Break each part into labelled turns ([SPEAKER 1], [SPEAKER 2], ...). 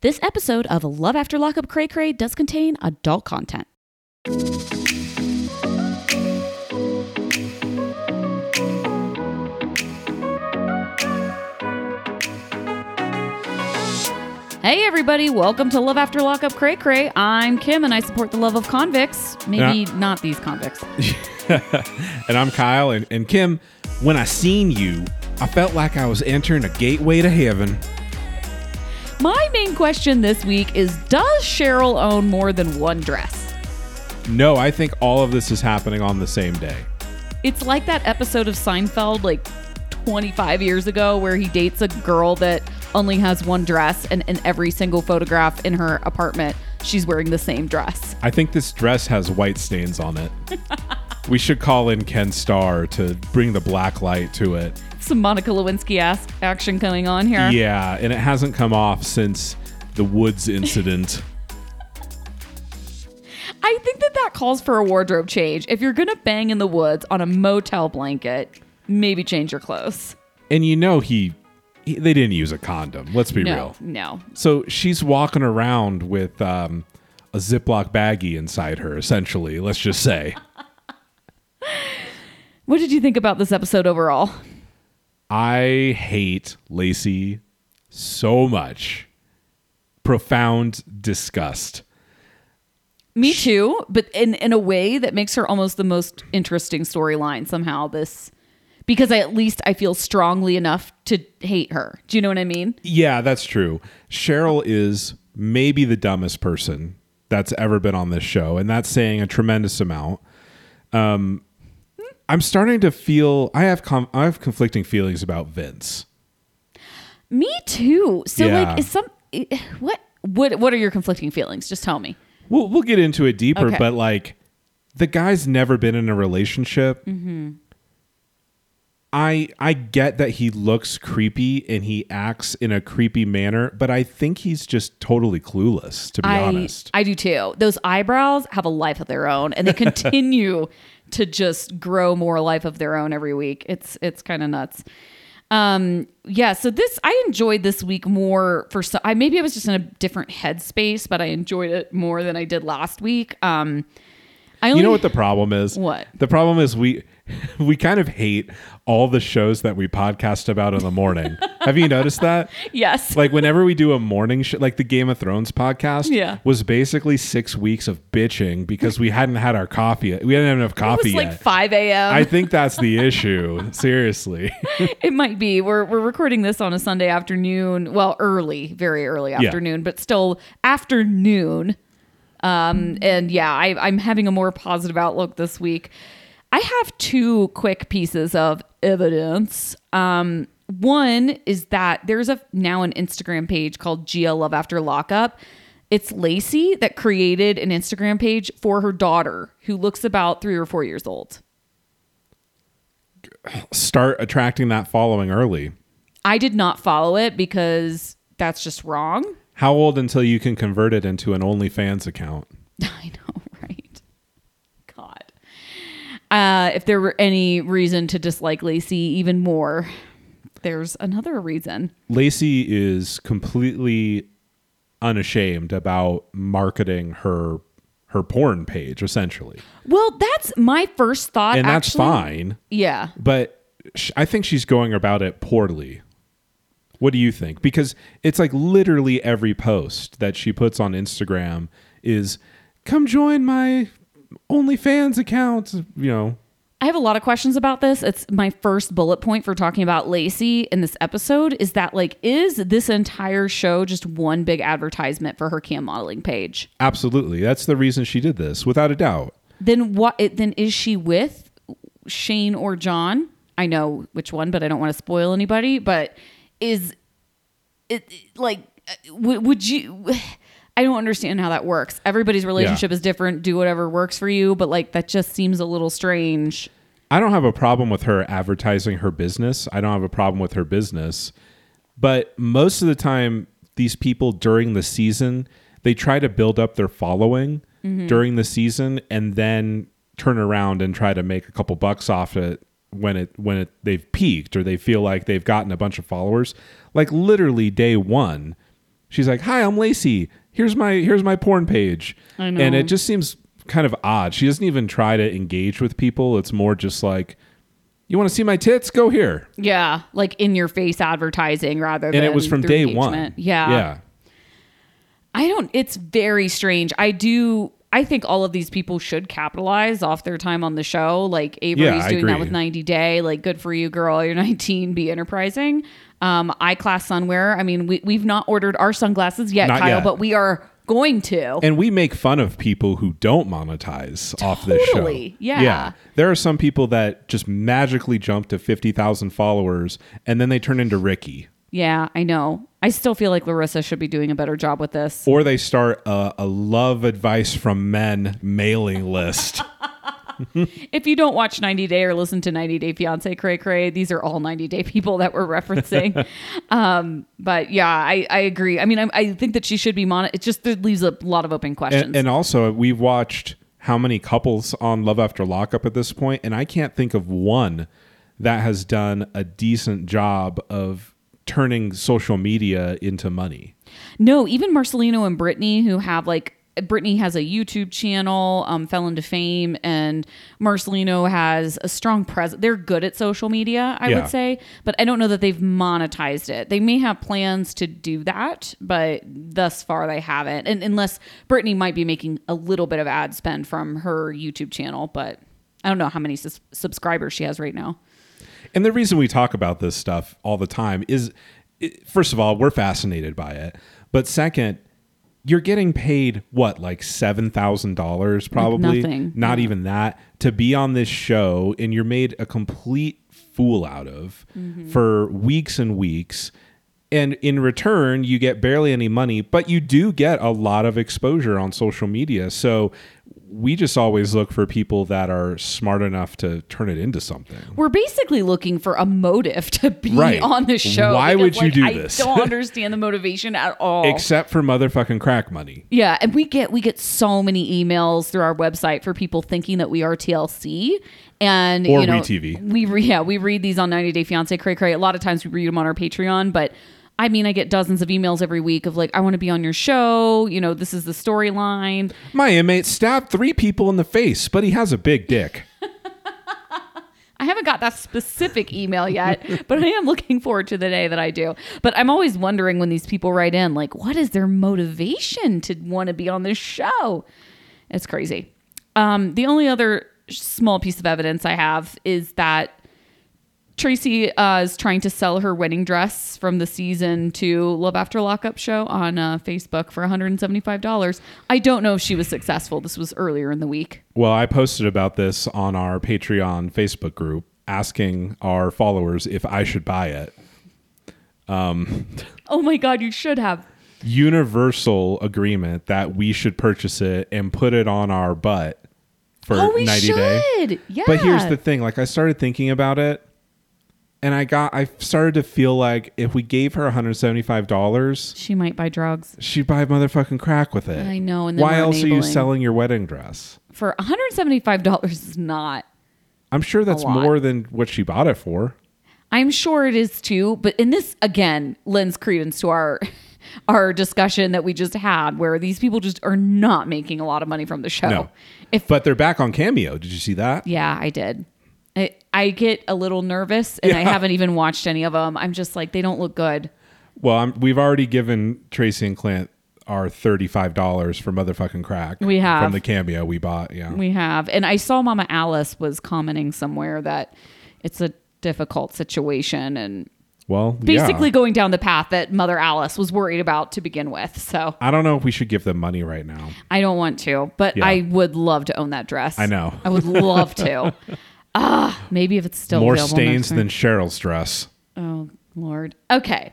[SPEAKER 1] This episode of Love After Lockup Cray Cray does contain adult content. Hey everybody, welcome to Love After Lockup Cray Cray. I'm Kim and I support the love of convicts. Maybe not these convicts.
[SPEAKER 2] and I'm Kyle. And, and Kim, when I seen you, I felt like I was entering a gateway to heaven.
[SPEAKER 1] My main question this week is Does Cheryl own more than one dress?
[SPEAKER 2] No, I think all of this is happening on the same day.
[SPEAKER 1] It's like that episode of Seinfeld, like 25 years ago, where he dates a girl that only has one dress, and in every single photograph in her apartment, she's wearing the same dress.
[SPEAKER 2] I think this dress has white stains on it. we should call in Ken Starr to bring the black light to it.
[SPEAKER 1] Some Monica Lewinsky ask action going on here.
[SPEAKER 2] Yeah, and it hasn't come off since the Woods incident.
[SPEAKER 1] I think that that calls for a wardrobe change. If you're gonna bang in the woods on a motel blanket, maybe change your clothes.
[SPEAKER 2] and you know, he, he they didn't use a condom. Let's be
[SPEAKER 1] No,
[SPEAKER 2] real.
[SPEAKER 1] no,
[SPEAKER 2] So she's walking around with um, a Ziploc baggie inside her, essentially, let's just say.
[SPEAKER 1] What did you think about this episode overall?
[SPEAKER 2] I hate Lacey so much. Profound disgust.
[SPEAKER 1] Me too, but in in a way that makes her almost the most interesting storyline somehow this because I at least I feel strongly enough to hate her. Do you know what I mean?
[SPEAKER 2] Yeah, that's true. Cheryl is maybe the dumbest person that's ever been on this show, and that's saying a tremendous amount. Um, I'm starting to feel I have com- I have conflicting feelings about Vince.
[SPEAKER 1] Me too. So
[SPEAKER 2] Yeah.
[SPEAKER 1] like is some eh, what what what are your conflicting feelings? Just tell me.
[SPEAKER 2] We'll we'll get into it deeper,
[SPEAKER 1] Okay.
[SPEAKER 2] but like the guy's never been in a relationship.
[SPEAKER 1] Mm-hmm.
[SPEAKER 2] I I get that he looks creepy and he acts in a creepy manner, but I think he's just totally clueless, to be
[SPEAKER 1] I
[SPEAKER 2] honest.
[SPEAKER 1] I do too. Those eyebrows have a life of their own and they continue to just grow more life of their own every week. It's it's kind of nuts. Um yeah, so this I enjoyed this week more for so I maybe I was just in a different headspace, but I enjoyed it more than I did last week. Um I only
[SPEAKER 2] You know what the problem is?
[SPEAKER 1] What?
[SPEAKER 2] The problem is we we kind of hate all the shows that we podcast about in the morning. have you noticed that?
[SPEAKER 1] Yes.
[SPEAKER 2] Like whenever we do a morning show, like the Game of Thrones podcast,
[SPEAKER 1] Yeah.
[SPEAKER 2] was basically six weeks of bitching because we hadn't had our coffee. We hadn't had enough
[SPEAKER 1] it
[SPEAKER 2] coffee
[SPEAKER 1] was like
[SPEAKER 2] yet.
[SPEAKER 1] 5 a.m.
[SPEAKER 2] I think that's the issue. Seriously,
[SPEAKER 1] it might be. We're we're recording this on a Sunday afternoon. Well, early, very early afternoon, but still afternoon. Um, and yeah, I, I'm having a more positive outlook this week. I have two quick pieces of evidence. Um, one is that there's a now an Instagram page called Gia Love After Lockup. It's Lacey that created an Instagram page for her daughter, who looks about three or four years old.
[SPEAKER 2] start attracting that following early.
[SPEAKER 1] I did not follow it because that's just wrong.
[SPEAKER 2] How old until you can convert it into an OnlyFans account?
[SPEAKER 1] I know, right? God. Uh, if there were any reason to dislike Lacey even more, there's another reason.
[SPEAKER 2] Lacey is completely unashamed about marketing her her porn page, essentially,
[SPEAKER 1] Well, that's my first thought.
[SPEAKER 2] and that's
[SPEAKER 1] actually.
[SPEAKER 2] fine.
[SPEAKER 1] Yeah.
[SPEAKER 2] But sh- I think she's going about it poorly. What do you think? Because it's like literally every post that she puts on Instagram is, "Come join my OnlyFans account." You know,
[SPEAKER 1] I have a lot of questions about this. It's my first bullet point for talking about Lacey in this episode is that, like, is this entire show just one big advertisement for her cam modeling page?
[SPEAKER 2] Absolutely. That's the reason she did this, without a doubt.
[SPEAKER 1] Then what? It, then is she with Shane or John? I know which one, but I don't want to spoil anybody. But is it it- like? uh, Would, would you? I don't understand how that works. Everybody's relationship is different. Do whatever works for you, but like that just seems a little strange.
[SPEAKER 2] I don't have a problem with her advertising her business. I don't have a problem with her business. But most of the time, these people during the season, they try to build up their following
[SPEAKER 1] Mm-hmm.
[SPEAKER 2] during the season and then turn around and try to make a couple bucks off it when it when it they've peaked or they feel like they've gotten a bunch of followers. Like literally day 1, She's like, "Hi, I'm Lacey. Here's my here's my porn page."
[SPEAKER 1] I know.
[SPEAKER 2] And it just seems kind of odd. She doesn't even try to engage with people. It's more just like, "You want to see my tits? Go here."
[SPEAKER 1] Yeah, like in your face advertising rather than
[SPEAKER 2] And it was from
[SPEAKER 1] through
[SPEAKER 2] day one.
[SPEAKER 1] engagement. Yeah.
[SPEAKER 2] Yeah.
[SPEAKER 1] I don't it's very strange. I do I think all of these people should capitalize off their time on the show. Like Avery's
[SPEAKER 2] Yeah, I
[SPEAKER 1] doing that
[SPEAKER 2] agree.
[SPEAKER 1] with 90 Day. Like, good for you, girl. You're 19. Be enterprising. Um, I class sunwear. I mean, we, we've not ordered our sunglasses yet,
[SPEAKER 2] Not
[SPEAKER 1] Kyle,
[SPEAKER 2] yet.
[SPEAKER 1] but we are going to.
[SPEAKER 2] And we make fun of people who don't monetize off this show.
[SPEAKER 1] Totally, yeah.
[SPEAKER 2] There are some people that just magically jump to 50,000 followers and then they turn into Ricky.
[SPEAKER 1] yeah, I know. I still feel like Larissa should be doing a better job with this.
[SPEAKER 2] Or they start a, a love advice from men mailing list.
[SPEAKER 1] If you don't watch 90 Day or listen to 90 Day Fiance Cray Cray, these are all 90 Day people that we're referencing. um, but yeah, I, I agree. I mean, I, I think that she should be mon. It just it leaves a lot of open questions.
[SPEAKER 2] and, and also, we've watched how many couples on Love After Lockup at this point, and I can't think of one that has done a decent job of turning social media into money.
[SPEAKER 1] no, even Marcelino and Brittany, who have like Brittany has a YouTube channel, um, fell into fame, and Marcelino has a strong presence. They're good at social media, I
[SPEAKER 2] Yeah.
[SPEAKER 1] would say, but I don't know that they've monetized it. They may have plans to do that, but thus far they haven't. And unless Brittany might be making a little bit of ad spend from her YouTube channel, but I don't know how many sus- subscribers she has right now.
[SPEAKER 2] And the reason we talk about this stuff all the time is it- first of all, we're fascinated by it. But second, you're getting paid what, like $7,000 probably?
[SPEAKER 1] nothing.
[SPEAKER 2] Not even that to be on this show and you're made a complete fool out of for weeks and weeks. And in return, you get barely any money, but you do get a lot of exposure on social media. So we just always look for people that are smart enough to turn it into something.
[SPEAKER 1] we're basically looking for a motive to be
[SPEAKER 2] Right.
[SPEAKER 1] on the show.
[SPEAKER 2] Why would you do
[SPEAKER 1] I
[SPEAKER 2] this?
[SPEAKER 1] don't understand the motivation at all.
[SPEAKER 2] except for motherfucking crack money.
[SPEAKER 1] yeah, and we get we get so many emails through our website for people thinking that we are TLC and
[SPEAKER 2] Or
[SPEAKER 1] you know,
[SPEAKER 2] WeTV.
[SPEAKER 1] We re- yeah we read these on 90 Day Fiance cray cray. A lot of times we read them on our Patreon, but. I mean, I get dozens of emails every week of like, I want to be on your show. You know, this is the storyline.
[SPEAKER 2] My inmate stabbed three people in the face, but he has a big dick.
[SPEAKER 1] I haven't got that specific email yet, but I am looking forward to the day that I do. But I'm always wondering when these people write in, like, what is their motivation to want to be on this show? It's crazy. Um, the only other small piece of evidence I have is that Tracy uh, is trying to sell her wedding dress from the season two Love After Lockup show on uh, Facebook for $175. I don't know if she was successful. This was earlier in the week.
[SPEAKER 2] Well, I posted about this on our Patreon Facebook group, asking our followers if I should buy it.
[SPEAKER 1] Oh my God, you should have.
[SPEAKER 2] Universal agreement that we should purchase it and put it on our butt for
[SPEAKER 1] Oh, we
[SPEAKER 2] 90 day.
[SPEAKER 1] should. Yeah.
[SPEAKER 2] But here's the thing, like I started thinking about it and I got I started to feel like if we gave her $175,
[SPEAKER 1] she might buy drugs
[SPEAKER 2] she'd buy motherfucking crack with it.
[SPEAKER 1] I know, and then
[SPEAKER 2] why
[SPEAKER 1] we're
[SPEAKER 2] else are you
[SPEAKER 1] enabling.
[SPEAKER 2] selling your wedding dress?
[SPEAKER 1] for $175 is not.
[SPEAKER 2] I'm sure that's
[SPEAKER 1] lot.
[SPEAKER 2] more than what she bought it for.
[SPEAKER 1] I'm sure it is too, but in this again lends credence to our our discussion that we just had where these people just are not making a lot of money from the show.
[SPEAKER 2] No.
[SPEAKER 1] If
[SPEAKER 2] But they're back on Cameo. Did you see that?
[SPEAKER 1] yeah, I did. I, I get a little nervous and I
[SPEAKER 2] Yeah.
[SPEAKER 1] haven't even watched any of them. I'm just like they don't look good.
[SPEAKER 2] Well, I'm, we've already given Tracy and Clint our thirty-five dollars for motherfucking crack.
[SPEAKER 1] We have. Mm.
[SPEAKER 2] from the Cameo we bought. Yeah,
[SPEAKER 1] We have. And I saw Mama Alice was commenting somewhere that it's a difficult situation and
[SPEAKER 2] well,
[SPEAKER 1] basically
[SPEAKER 2] yeah.
[SPEAKER 1] going down the path that Mother Alice was worried about to begin with. So
[SPEAKER 2] I don't know if we should give them money right now.
[SPEAKER 1] I don't want to, but
[SPEAKER 2] Yeah.
[SPEAKER 1] I would love to own that dress.
[SPEAKER 2] I know.
[SPEAKER 1] I would love to. Ah, maybe if it's still
[SPEAKER 2] More
[SPEAKER 1] available
[SPEAKER 2] stains
[SPEAKER 1] next
[SPEAKER 2] than Cheryl's dress.
[SPEAKER 1] Oh Lord. Okay.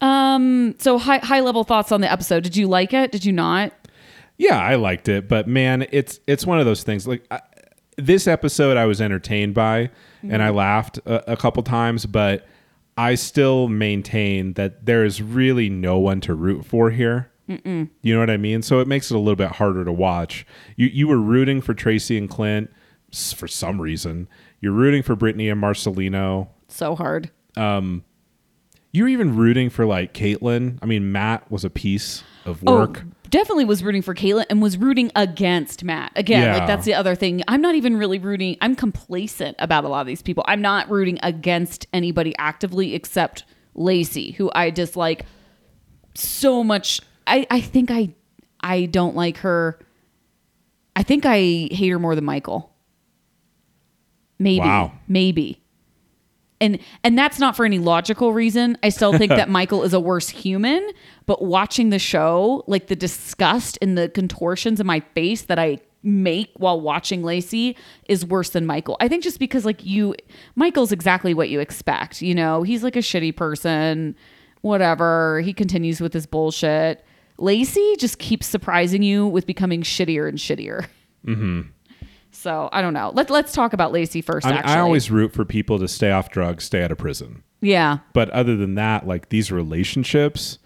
[SPEAKER 1] Um. So high high level thoughts on the episode. Did you like it? Did you not?
[SPEAKER 2] Yeah, I liked it, but man, it's it's one of those things. Like I, this episode, I was entertained by, and
[SPEAKER 1] Mm-hmm.
[SPEAKER 2] I laughed a, a couple times, but I still maintain that there is really no one to root for here. You know what I mean? So it makes it a little bit harder to watch. You you were rooting for Tracy and Clint s- for some reason. You're rooting for Brittany and Marcelino.
[SPEAKER 1] So hard.
[SPEAKER 2] You're even rooting for like Caitlyn. I mean, Matt was a piece of work.
[SPEAKER 1] Oh, definitely was rooting for Caitlyn and was rooting against Matt. Again,
[SPEAKER 2] Yeah.
[SPEAKER 1] like that's the other thing. I'm not even really rooting. I'm complacent about a lot of these people. I'm not rooting against anybody actively except Lacey, who I dislike so much. I, I think I I don't like her. I think I hate her more than Michael. Maybe.
[SPEAKER 2] Wow.
[SPEAKER 1] Maybe. And and that's not for any logical reason. I still think that Michael is a worse human, but watching the show, like the disgust and the contortions in my face that I make while watching Lacey is worse than Michael. I think just because like you Michael's exactly what you expect, you know. He's like a shitty person, whatever. He continues with his bullshit. Lacey just keeps surprising you with becoming shittier and shittier. So I don't know. Let let's talk about Lacey first.
[SPEAKER 2] Mm-hmm. I, mean,
[SPEAKER 1] actually,
[SPEAKER 2] I always root for people to stay off drugs, stay out of prison.
[SPEAKER 1] yeah.
[SPEAKER 2] But other than that, like these relationships,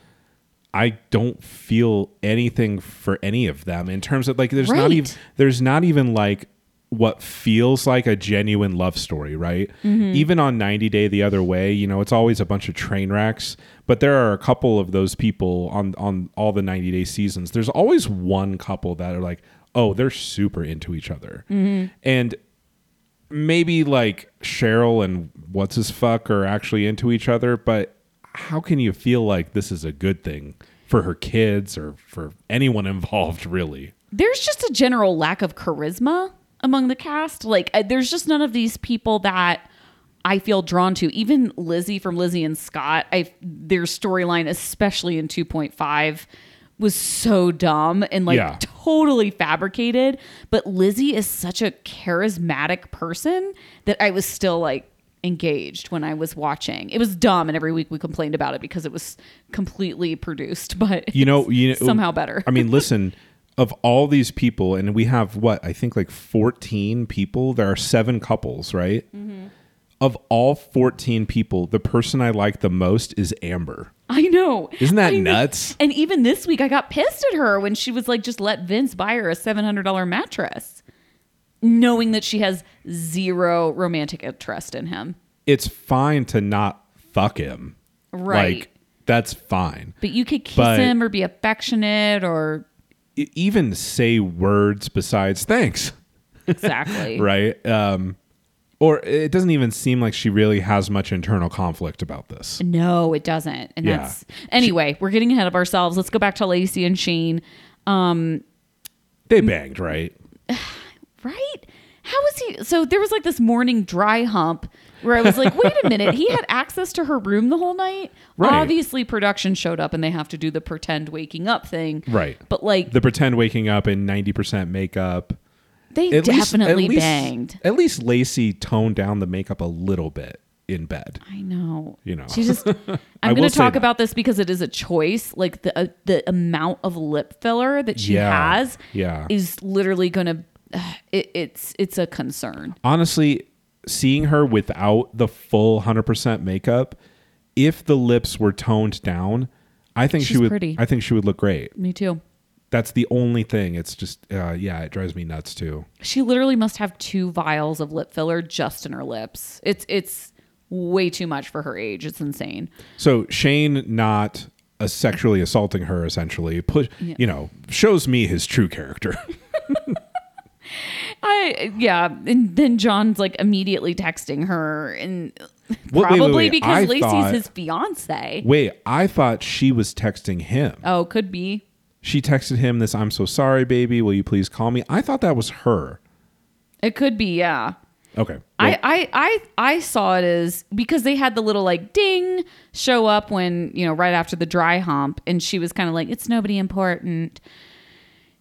[SPEAKER 2] I don't feel anything for any of them in terms of like there's not
[SPEAKER 1] Right.
[SPEAKER 2] even there's not even like what feels like a genuine love story, right? Even on 90 Day the other way, you know, it's always a bunch of train wrecks, but there are a couple of those people on on all the 90 Day seasons. There's always one couple that are like, "Oh, they're super into each other." And maybe like Cheryl and what's his fuck are actually into each other, but how can you feel like this is a good thing for her kids or for anyone involved, really?
[SPEAKER 1] There's just a general lack of charisma among the cast. Like uh, there's just none of these people that I feel drawn to. Even Lizzie from Lizzie and Scott, I their storyline, especially in 2.5, was so dumb and like
[SPEAKER 2] Yeah.
[SPEAKER 1] totally fabricated. But Lizzie is such a charismatic person that I was still like engaged when I was watching. It was dumb, and every week we complained about it because it was completely produced. But
[SPEAKER 2] You know, you know,
[SPEAKER 1] somehow better.
[SPEAKER 2] I mean, listen, of all these people, and we have what I think like 14 people, there are seven couples, right?
[SPEAKER 1] Mm-hmm.
[SPEAKER 2] Of all 14 people, the person I like the most is Amber.
[SPEAKER 1] I know.
[SPEAKER 2] Isn't that
[SPEAKER 1] I know.
[SPEAKER 2] nuts?
[SPEAKER 1] And even this week, I got pissed at her when she was like, just let Vince buy her a $700 mattress, knowing that she has zero romantic interest in him.
[SPEAKER 2] It's fine to not fuck him.
[SPEAKER 1] Right.
[SPEAKER 2] Like, that's fine.
[SPEAKER 1] But you could kiss
[SPEAKER 2] But-
[SPEAKER 1] him or be affectionate or
[SPEAKER 2] e- even say words besides thanks,
[SPEAKER 1] exactly.
[SPEAKER 2] right? Um, or it doesn't even seem like she really has much internal conflict about this.
[SPEAKER 1] No, it doesn't. And
[SPEAKER 2] Yeah.
[SPEAKER 1] that's anyway, we're getting ahead of ourselves. Let's go back to Lacey and Sheen.
[SPEAKER 2] They
[SPEAKER 1] Mm-hmm.
[SPEAKER 2] banged, right?
[SPEAKER 1] right? How was he? So there was like this morning dry hump where I was like, wait a minute, he had access to her room the whole night.
[SPEAKER 2] Right.
[SPEAKER 1] Obviously, production showed up and they have to do the pretend waking up thing.
[SPEAKER 2] Right.
[SPEAKER 1] But like,
[SPEAKER 2] The pretend waking up in 90% makeup.
[SPEAKER 1] they
[SPEAKER 2] At least- at
[SPEAKER 1] definitely
[SPEAKER 2] least-
[SPEAKER 1] banged.
[SPEAKER 2] At least Lacey toned down the makeup a little bit in bed.
[SPEAKER 1] I know.
[SPEAKER 2] You know.
[SPEAKER 1] She just.
[SPEAKER 2] I
[SPEAKER 1] I'm
[SPEAKER 2] will
[SPEAKER 1] going to
[SPEAKER 2] say
[SPEAKER 1] talk
[SPEAKER 2] that.
[SPEAKER 1] about this because it is a choice. Like the uh, the amount of lip filler that she
[SPEAKER 2] Yeah.
[SPEAKER 1] has
[SPEAKER 2] Yeah.
[SPEAKER 1] is literally going to. It, it's it's a concern.
[SPEAKER 2] honestly, seeing her without the full 100% makeup, if the lips were toned down, I think she
[SPEAKER 1] She's
[SPEAKER 2] would
[SPEAKER 1] pretty.
[SPEAKER 2] I think she would look great.
[SPEAKER 1] Me too.
[SPEAKER 2] That's the only thing. It's just uh, yeah, it drives me nuts too.
[SPEAKER 1] She literally must have two vials of lip filler just in her lips. It's it's way too much for her age. It's insane.
[SPEAKER 2] So Shane not uh, sexually assaulting her essentially push you know shows me his true character.
[SPEAKER 1] I yeah, and then John's like immediately texting her and
[SPEAKER 2] Wait, wait, wait,
[SPEAKER 1] probably
[SPEAKER 2] wait.
[SPEAKER 1] because
[SPEAKER 2] I
[SPEAKER 1] Lacey's
[SPEAKER 2] thought-
[SPEAKER 1] his fiance.
[SPEAKER 2] Wait, I thought she was texting him.
[SPEAKER 1] Oh, could be.
[SPEAKER 2] She texted him this "I'm so sorry, baby. Will you please call me?" I thought that was her.
[SPEAKER 1] It could be, yeah.
[SPEAKER 2] Okay,
[SPEAKER 1] I, I I I saw it as because they had the little like ding show up when you know right after the dry hump, and she was kind of like it's nobody important.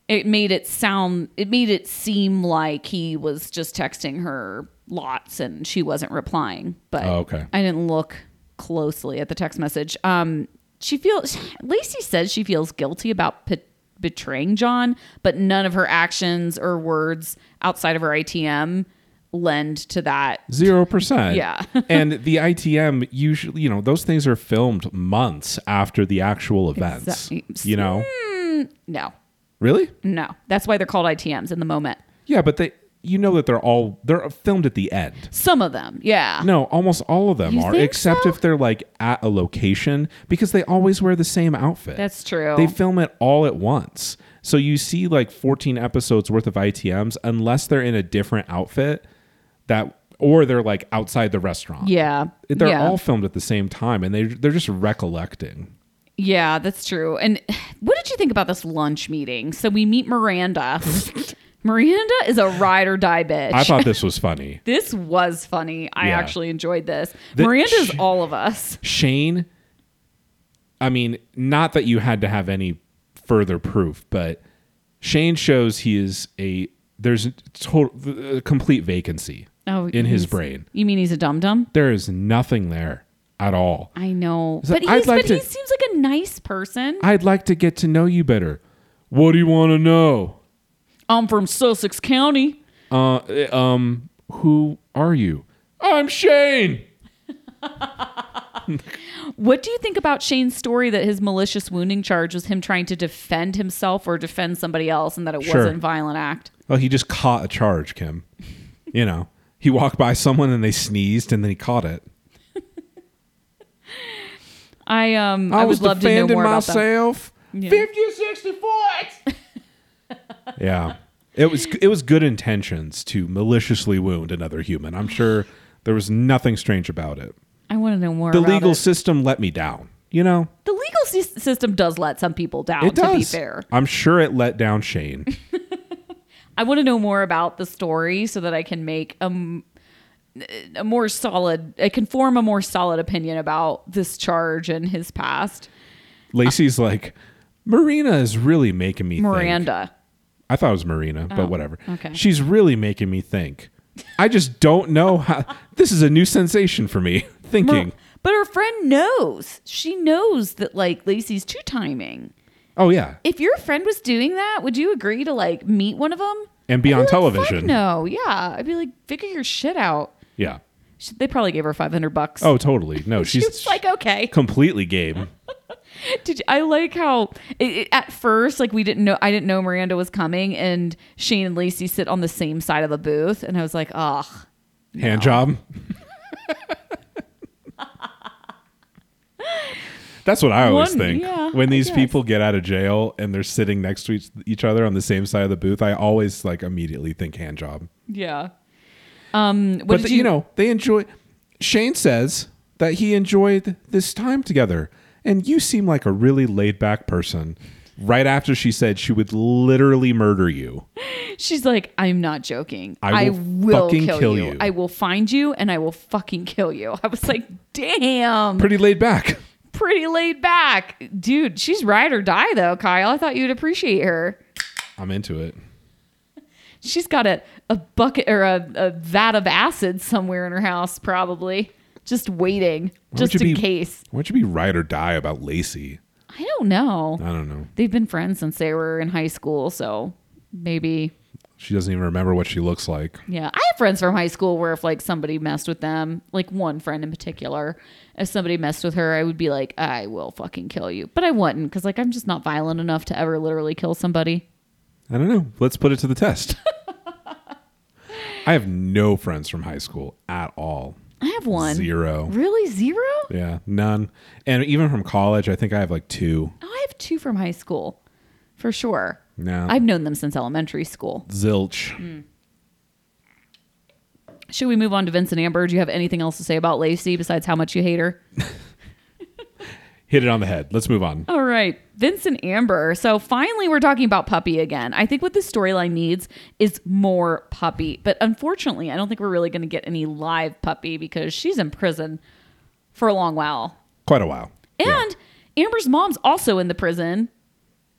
[SPEAKER 1] It made it sound it made it seem like he was just texting her lots and she wasn't replying. But
[SPEAKER 2] Oh, okay.
[SPEAKER 1] I didn't look closely at the text message. Um, she feels Lacey says she feels guilty about pe- betraying John, but none of her actions or words outside of her ITM lend to that.
[SPEAKER 2] Zero percent.
[SPEAKER 1] Yeah.
[SPEAKER 2] and the ITM usually, you know, those things are filmed months after the actual events.
[SPEAKER 1] Exactly.
[SPEAKER 2] You know,
[SPEAKER 1] No,
[SPEAKER 2] really?
[SPEAKER 1] no. That's why they're called ITMs in the moment.
[SPEAKER 2] Yeah, but they you know that they're all they're filmed at the end.
[SPEAKER 1] Some of them, yeah.
[SPEAKER 2] No, almost all of them
[SPEAKER 1] You
[SPEAKER 2] are,
[SPEAKER 1] think
[SPEAKER 2] except
[SPEAKER 1] so?
[SPEAKER 2] if they're like at a location because they always wear the same outfit.
[SPEAKER 1] That's true.
[SPEAKER 2] They film it all at once. So you see like 14 episodes worth of ITMs unless they're in a different outfit that or they're like outside the restaurant.
[SPEAKER 1] yeah.
[SPEAKER 2] They're
[SPEAKER 1] yeah.
[SPEAKER 2] all filmed at the same time and they they're just recollecting.
[SPEAKER 1] Yeah, that's true. And what did you think about this lunch meeting? So we meet Miranda. Miranda is a ride or die bitch.
[SPEAKER 2] I thought this was funny.
[SPEAKER 1] this was funny. I
[SPEAKER 2] Yeah.
[SPEAKER 1] actually enjoyed this.
[SPEAKER 2] The-
[SPEAKER 1] Miranda's all of us.
[SPEAKER 2] Shane, I mean, not that you had to have any further proof, but Shane shows he is a there's total a complete vacancy
[SPEAKER 1] Oh,
[SPEAKER 2] in his
[SPEAKER 1] he's-
[SPEAKER 2] brain.
[SPEAKER 1] You mean he's a dum dum?
[SPEAKER 2] There is nothing there at all.
[SPEAKER 1] I know,
[SPEAKER 2] So
[SPEAKER 1] but
[SPEAKER 2] I'd
[SPEAKER 1] he's,
[SPEAKER 2] like
[SPEAKER 1] but
[SPEAKER 2] to-
[SPEAKER 1] he seems like a nice person.
[SPEAKER 2] I'd like to get to know you better. What do you want to know?
[SPEAKER 1] I'm from Sussex County.
[SPEAKER 2] Uh, eh, um, who are you? I'm Shane.
[SPEAKER 1] What do you think about Shane's story that his malicious wounding charge was him trying to defend himself or defend somebody else, and that it
[SPEAKER 2] Sure.
[SPEAKER 1] wasn't a violent act?
[SPEAKER 2] Well, he just caught a charge, Kim. You know, he walked by someone and they sneezed, and then he caught it.
[SPEAKER 1] I um I, would love to know more about that.
[SPEAKER 2] myself.
[SPEAKER 1] Yeah.
[SPEAKER 2] 50 60 foot. yeah. It was it was good intentions to maliciously wound another human. I'm sure there was nothing strange about it.
[SPEAKER 1] I want to know more.
[SPEAKER 2] The
[SPEAKER 1] about
[SPEAKER 2] legal
[SPEAKER 1] it.
[SPEAKER 2] system let me down. You know,
[SPEAKER 1] the legal sys- system does let some people down.
[SPEAKER 2] it does.
[SPEAKER 1] Oh, To be fair,
[SPEAKER 2] I'm sure it let down Shane.
[SPEAKER 1] I want to know more about the story so that I can make a, m- a more solid. I can form a more solid opinion about this charge and his past.
[SPEAKER 2] Lacey's like, Marina is really making me think.
[SPEAKER 1] Miranda. Oh,
[SPEAKER 2] I thought it was Marina, but whatever.
[SPEAKER 1] okay.
[SPEAKER 2] She's really making me think. I just don't know how. This is a new sensation for me.
[SPEAKER 1] Mer-
[SPEAKER 2] Thinking.
[SPEAKER 1] but her friend knows. She knows that like Lacey's two timing.
[SPEAKER 2] oh yeah,
[SPEAKER 1] If your friend was doing that, would you agree to like meet one of them
[SPEAKER 2] and be on television.
[SPEAKER 1] No, yeah, I'd be like, figure your shit out.
[SPEAKER 2] Yeah.
[SPEAKER 1] She, they probably gave her five hundred bucks.
[SPEAKER 2] Oh, totally. No,
[SPEAKER 1] she's
[SPEAKER 2] she's
[SPEAKER 1] like, okay.
[SPEAKER 2] completely game.
[SPEAKER 1] Did you, I like how it, it- at first, like we didn't know, I didn't know Miranda was coming, and Shane and Lacey sit on the same side of the booth, and I was like, ugh.
[SPEAKER 2] Hand job. That's what I always
[SPEAKER 1] One-
[SPEAKER 2] think.
[SPEAKER 1] yeah,
[SPEAKER 2] when
[SPEAKER 1] I
[SPEAKER 2] these
[SPEAKER 1] guess.
[SPEAKER 2] people get out of jail and they're sitting next to each, each other on the same side of the booth, I always like immediately think hand job.
[SPEAKER 1] Yeah. Um. What
[SPEAKER 2] but
[SPEAKER 1] did
[SPEAKER 2] the- you know, they enjoy Shane says that he enjoyed this time together and you seem like a really laid back person. Right after she said she would literally murder you.
[SPEAKER 1] She's like, I'm not joking.
[SPEAKER 2] I
[SPEAKER 1] I
[SPEAKER 2] will
[SPEAKER 1] will,
[SPEAKER 2] fucking
[SPEAKER 1] kill,
[SPEAKER 2] kill
[SPEAKER 1] you.
[SPEAKER 2] you."
[SPEAKER 1] I will find you and I will fucking kill you. I was like, damn,
[SPEAKER 2] Pretty laid back.
[SPEAKER 1] pretty laid back. Dude, she's ride or die though, Kyle. I thought you'd appreciate her.
[SPEAKER 2] I'm into it.
[SPEAKER 1] She's got a, a bucket or a, a vat of acid somewhere in her house, probably. Just waiting,
[SPEAKER 2] Why would
[SPEAKER 1] just
[SPEAKER 2] you
[SPEAKER 1] in
[SPEAKER 2] be-
[SPEAKER 1] case.
[SPEAKER 2] Why'd you be ride or die about Lacey?
[SPEAKER 1] I don't know.
[SPEAKER 2] I don't know.
[SPEAKER 1] They've been friends since they were in high school, so maybe
[SPEAKER 2] She doesn't even remember what she looks like.
[SPEAKER 1] Yeah, I have friends from high school where if like somebody messed with them, like one friend in particular, if somebody messed with her, I would be like, I will fucking kill you. But I wouldn't because like I'm just not violent enough to ever literally kill somebody.
[SPEAKER 2] I don't know. Let's put it to the test. I have no friends from high school at all.
[SPEAKER 1] I have one.
[SPEAKER 2] Zero.
[SPEAKER 1] Really? Zero?
[SPEAKER 2] Yeah, none. And even from college, I think I have like two.
[SPEAKER 1] Oh, I have two from high school for sure.
[SPEAKER 2] No.
[SPEAKER 1] I've known them since elementary school.
[SPEAKER 2] Zilch.
[SPEAKER 1] Mm. Should we move on to Vincent Amber? Do you have anything else to say about Lacey besides how much you hate her?
[SPEAKER 2] Hit it on the head. Let's move on.
[SPEAKER 1] All right, Vincent Amber. So finally, we're talking about puppy again. I think what this storyline needs is more puppy, but unfortunately, I don't think we're really going to get any live puppy because she's in prison for a long while,
[SPEAKER 2] Quite a while. Yeah.
[SPEAKER 1] and Amber's mom's also in the prison,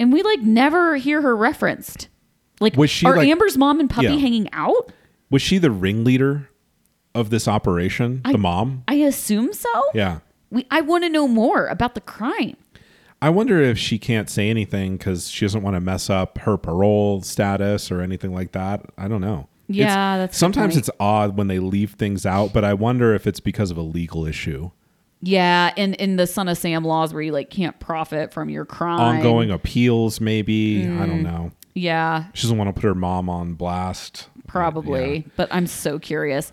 [SPEAKER 1] and we like never hear her referenced. Like,
[SPEAKER 2] Was she,
[SPEAKER 1] are
[SPEAKER 2] like-
[SPEAKER 1] Amber's mom and puppy
[SPEAKER 2] Yeah.
[SPEAKER 1] hanging out?
[SPEAKER 2] Was she the ringleader of this operation? the mom?
[SPEAKER 1] I assume so.
[SPEAKER 2] Yeah.
[SPEAKER 1] We, I want to know more about the crime.
[SPEAKER 2] I wonder if she can't say anything because she doesn't want to mess up her parole status or anything like that. I don't know. It's-
[SPEAKER 1] Yeah, that's a good
[SPEAKER 2] sometimes
[SPEAKER 1] point.
[SPEAKER 2] it's odd when they leave things out, but I wonder if it's because of a legal issue,
[SPEAKER 1] Yeah, and in the Son of Sam laws where you like can't profit from your crime. Mm.
[SPEAKER 2] ongoing appeals, maybe. I don't know.
[SPEAKER 1] Yeah.
[SPEAKER 2] She doesn't want to put her mom on blast.
[SPEAKER 1] probably, but I'm so curious.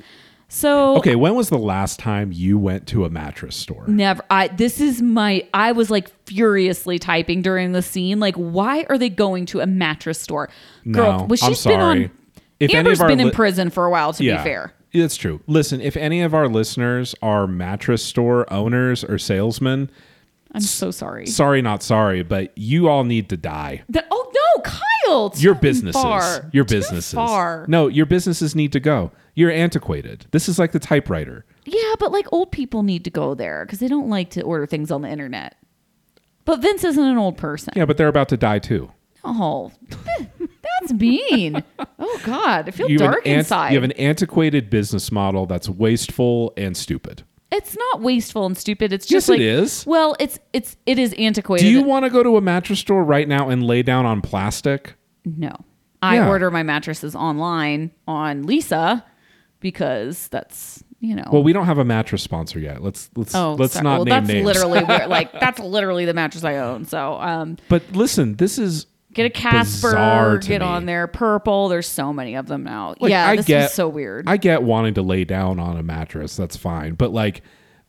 [SPEAKER 1] So
[SPEAKER 2] Okay, when was the last time you went to a mattress store?
[SPEAKER 1] Never. I this is my I was like furiously typing during the scene like why are they going to a mattress store? Girl,
[SPEAKER 2] No,
[SPEAKER 1] was she
[SPEAKER 2] I'm
[SPEAKER 1] been
[SPEAKER 2] sorry.
[SPEAKER 1] on
[SPEAKER 2] If any
[SPEAKER 1] Amber's
[SPEAKER 2] of our
[SPEAKER 1] been in
[SPEAKER 2] li-
[SPEAKER 1] prison for a while to
[SPEAKER 2] Yeah,
[SPEAKER 1] be fair.
[SPEAKER 2] It's true. Listen, if any of our listeners are mattress store owners or salesmen,
[SPEAKER 1] I'm so sorry.
[SPEAKER 2] sorry, not sorry, but you all need to die.
[SPEAKER 1] That- oh no, Kyle. too
[SPEAKER 2] Your businesses.
[SPEAKER 1] far.
[SPEAKER 2] Your
[SPEAKER 1] Too
[SPEAKER 2] businesses.
[SPEAKER 1] far.
[SPEAKER 2] No, your businesses need to go. You're antiquated. This is like the typewriter.
[SPEAKER 1] Yeah, but like old people need to go there because they don't like to order things on the internet. But Vince isn't an old person.
[SPEAKER 2] Yeah, but they're about to die too.
[SPEAKER 1] Oh, that's mean. oh God, I feel
[SPEAKER 2] You have,
[SPEAKER 1] dark
[SPEAKER 2] an ant-
[SPEAKER 1] inside.
[SPEAKER 2] you have an antiquated business model that's wasteful and stupid.
[SPEAKER 1] it's not wasteful and stupid. It's
[SPEAKER 2] Yes,
[SPEAKER 1] just
[SPEAKER 2] it
[SPEAKER 1] like
[SPEAKER 2] is.
[SPEAKER 1] Well, it's it's it is antiquated.
[SPEAKER 2] Do you want to go to a mattress store right now and lay down on plastic?
[SPEAKER 1] No, I
[SPEAKER 2] Yeah.
[SPEAKER 1] order my mattresses online on Lisa because that's you know.
[SPEAKER 2] Well, we don't have a mattress sponsor yet. Let's let's
[SPEAKER 1] oh,
[SPEAKER 2] let's
[SPEAKER 1] sorry.
[SPEAKER 2] not
[SPEAKER 1] well,
[SPEAKER 2] name
[SPEAKER 1] that's
[SPEAKER 2] names.
[SPEAKER 1] literally where, like that's literally the mattress I own. So um,
[SPEAKER 2] But listen, this is
[SPEAKER 1] Get a Casper.
[SPEAKER 2] bizarre to
[SPEAKER 1] Get
[SPEAKER 2] me.
[SPEAKER 1] on there. Purple. There's so many of them now.
[SPEAKER 2] Like,
[SPEAKER 1] yeah,
[SPEAKER 2] I
[SPEAKER 1] this
[SPEAKER 2] get
[SPEAKER 1] is so weird.
[SPEAKER 2] I get wanting to lay down on a mattress. That's fine. But like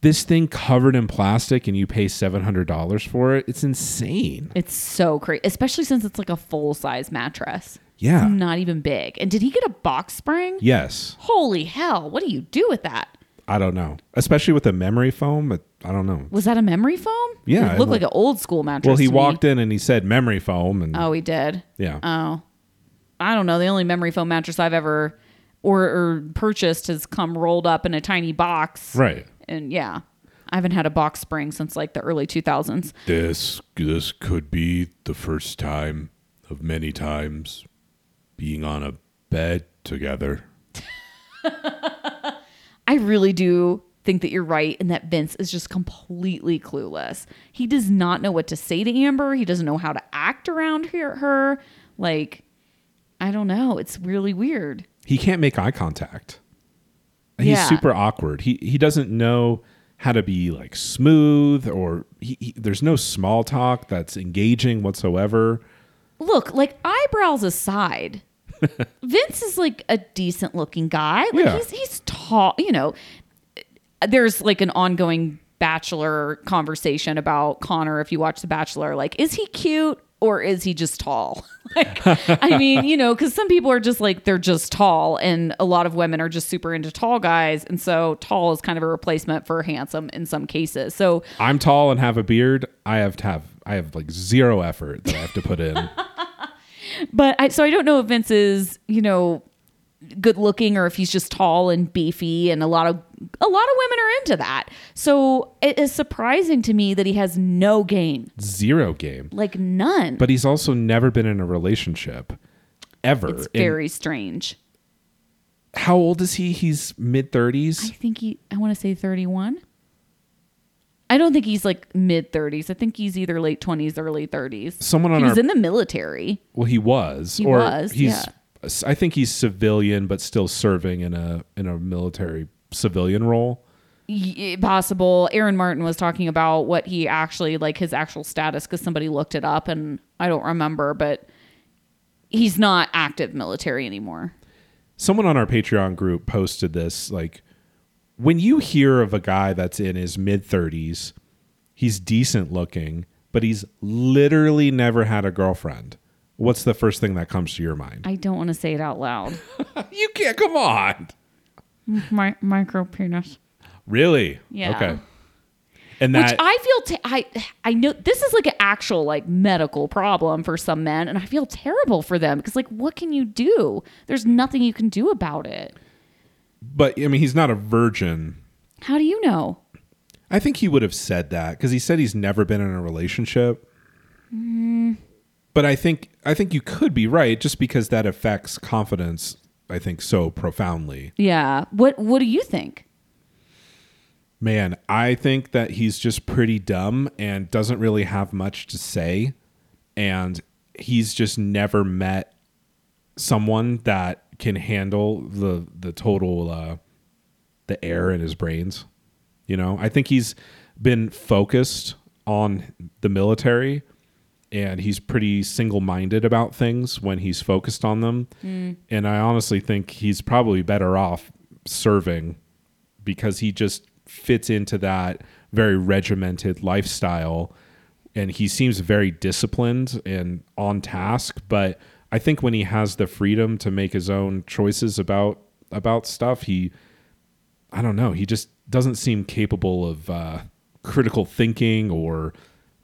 [SPEAKER 2] this thing covered in plastic and you pay seven hundred dollars for it. It's insane.
[SPEAKER 1] it's so crazy, especially since it's like a full size mattress.
[SPEAKER 2] Yeah.
[SPEAKER 1] It's not even big. And did he get a box spring?
[SPEAKER 2] Yes,
[SPEAKER 1] Holy hell! What do you do with that?
[SPEAKER 2] I don't know. Especially with the memory foam, but I don't know.
[SPEAKER 1] Was that a memory foam?
[SPEAKER 2] Yeah,
[SPEAKER 1] it looked
[SPEAKER 2] it
[SPEAKER 1] like an old school mattress.
[SPEAKER 2] Well, he
[SPEAKER 1] to me.
[SPEAKER 2] walked in and he said memory foam, and
[SPEAKER 1] Oh, he did.
[SPEAKER 2] yeah,
[SPEAKER 1] Oh, I don't know. The only memory foam mattress I've ever or, or purchased has come rolled up in a tiny box.
[SPEAKER 2] right.
[SPEAKER 1] And yeah, I haven't had a box spring since like the early 2000s.
[SPEAKER 3] This this could be the first time of many times being on a bed together.
[SPEAKER 1] I really do think that you're right and that Vince is just completely clueless. He does not know what to say to Amber. He doesn't know how to act around her. her. Like, I don't know. It's really weird.
[SPEAKER 2] He can't make eye contact. He's
[SPEAKER 1] Yeah.
[SPEAKER 2] super awkward. He he doesn't know how to be like smooth or he, he, there's no small talk that's engaging whatsoever.
[SPEAKER 1] Look, like eyebrows aside, Vince is like a decent looking guy. Like
[SPEAKER 2] Yeah.
[SPEAKER 1] he's he's tall, you know. There's like an ongoing bachelor conversation about Connor if you watch The Bachelor, like is he cute or is he just tall? like I mean, you know, cuz some people are just like they're just tall and a lot of women are just super into tall guys and so tall is kind of a replacement for handsome in some cases. So
[SPEAKER 2] I'm tall and have a beard. I have to have I have like zero effort that I have to put in.
[SPEAKER 1] But I so I don't know if Vince is, you know, good looking or if he's just tall and beefy and a lot of a lot of women are into that. So it is surprising to me that he has no game.
[SPEAKER 2] zero game.
[SPEAKER 1] Like none.
[SPEAKER 2] But he's also never been in a relationship ever.
[SPEAKER 1] it's
[SPEAKER 2] And
[SPEAKER 1] very strange.
[SPEAKER 2] how old is he? He's mid
[SPEAKER 1] I
[SPEAKER 2] 30s.
[SPEAKER 1] think he I want to say 31. I don't think he's like mid 30s. I think he's either late 20s early 30s.
[SPEAKER 2] Someone on
[SPEAKER 1] he was
[SPEAKER 2] our-
[SPEAKER 1] in the military.
[SPEAKER 2] Well, he was.
[SPEAKER 1] He
[SPEAKER 2] or
[SPEAKER 1] was,
[SPEAKER 2] He's.
[SPEAKER 1] yeah.
[SPEAKER 2] I think he's civilian, but still serving in a in a military civilian role.
[SPEAKER 1] y- possible. Aaron Martin was talking about what he actually like his actual status because somebody looked it up and I don't remember, but he's not active military anymore.
[SPEAKER 2] someone on our Patreon group posted this like when you hear of a guy that's in his mid 30s, he's decent looking, but he's literally never had a girlfriend. What's the first thing that comes to your mind?
[SPEAKER 1] I don't want to say it out loud.
[SPEAKER 2] You can't come on.
[SPEAKER 1] My micro penis.
[SPEAKER 2] Really?
[SPEAKER 1] Yeah.
[SPEAKER 2] Okay. And
[SPEAKER 1] Which
[SPEAKER 2] that
[SPEAKER 1] I feel te- I I know this is like an actual like medical problem for some men, and I feel terrible for them because like what can you do? There's nothing you can do about it.
[SPEAKER 2] but I mean he's not a virgin.
[SPEAKER 1] How do you know?
[SPEAKER 2] I think he would have said that cuz he said he's never been in a relationship. But I think I think you could be right just because that affects confidence I think so profoundly.
[SPEAKER 1] Yeah. What What do you think?
[SPEAKER 2] Man, I think that he's just pretty dumb and doesn't really have much to say. And he's just never met someone that can handle the the total uh the air in his brains. You know, I think he's been focused on the military and he's pretty single-minded about things when he's focused on them. And I honestly think he's probably better off serving because he just fits into that very regimented lifestyle and he seems very disciplined and on task, but I think when he has the freedom to make his own choices about about stuff, he I don't know. He just doesn't seem capable of uh, critical thinking or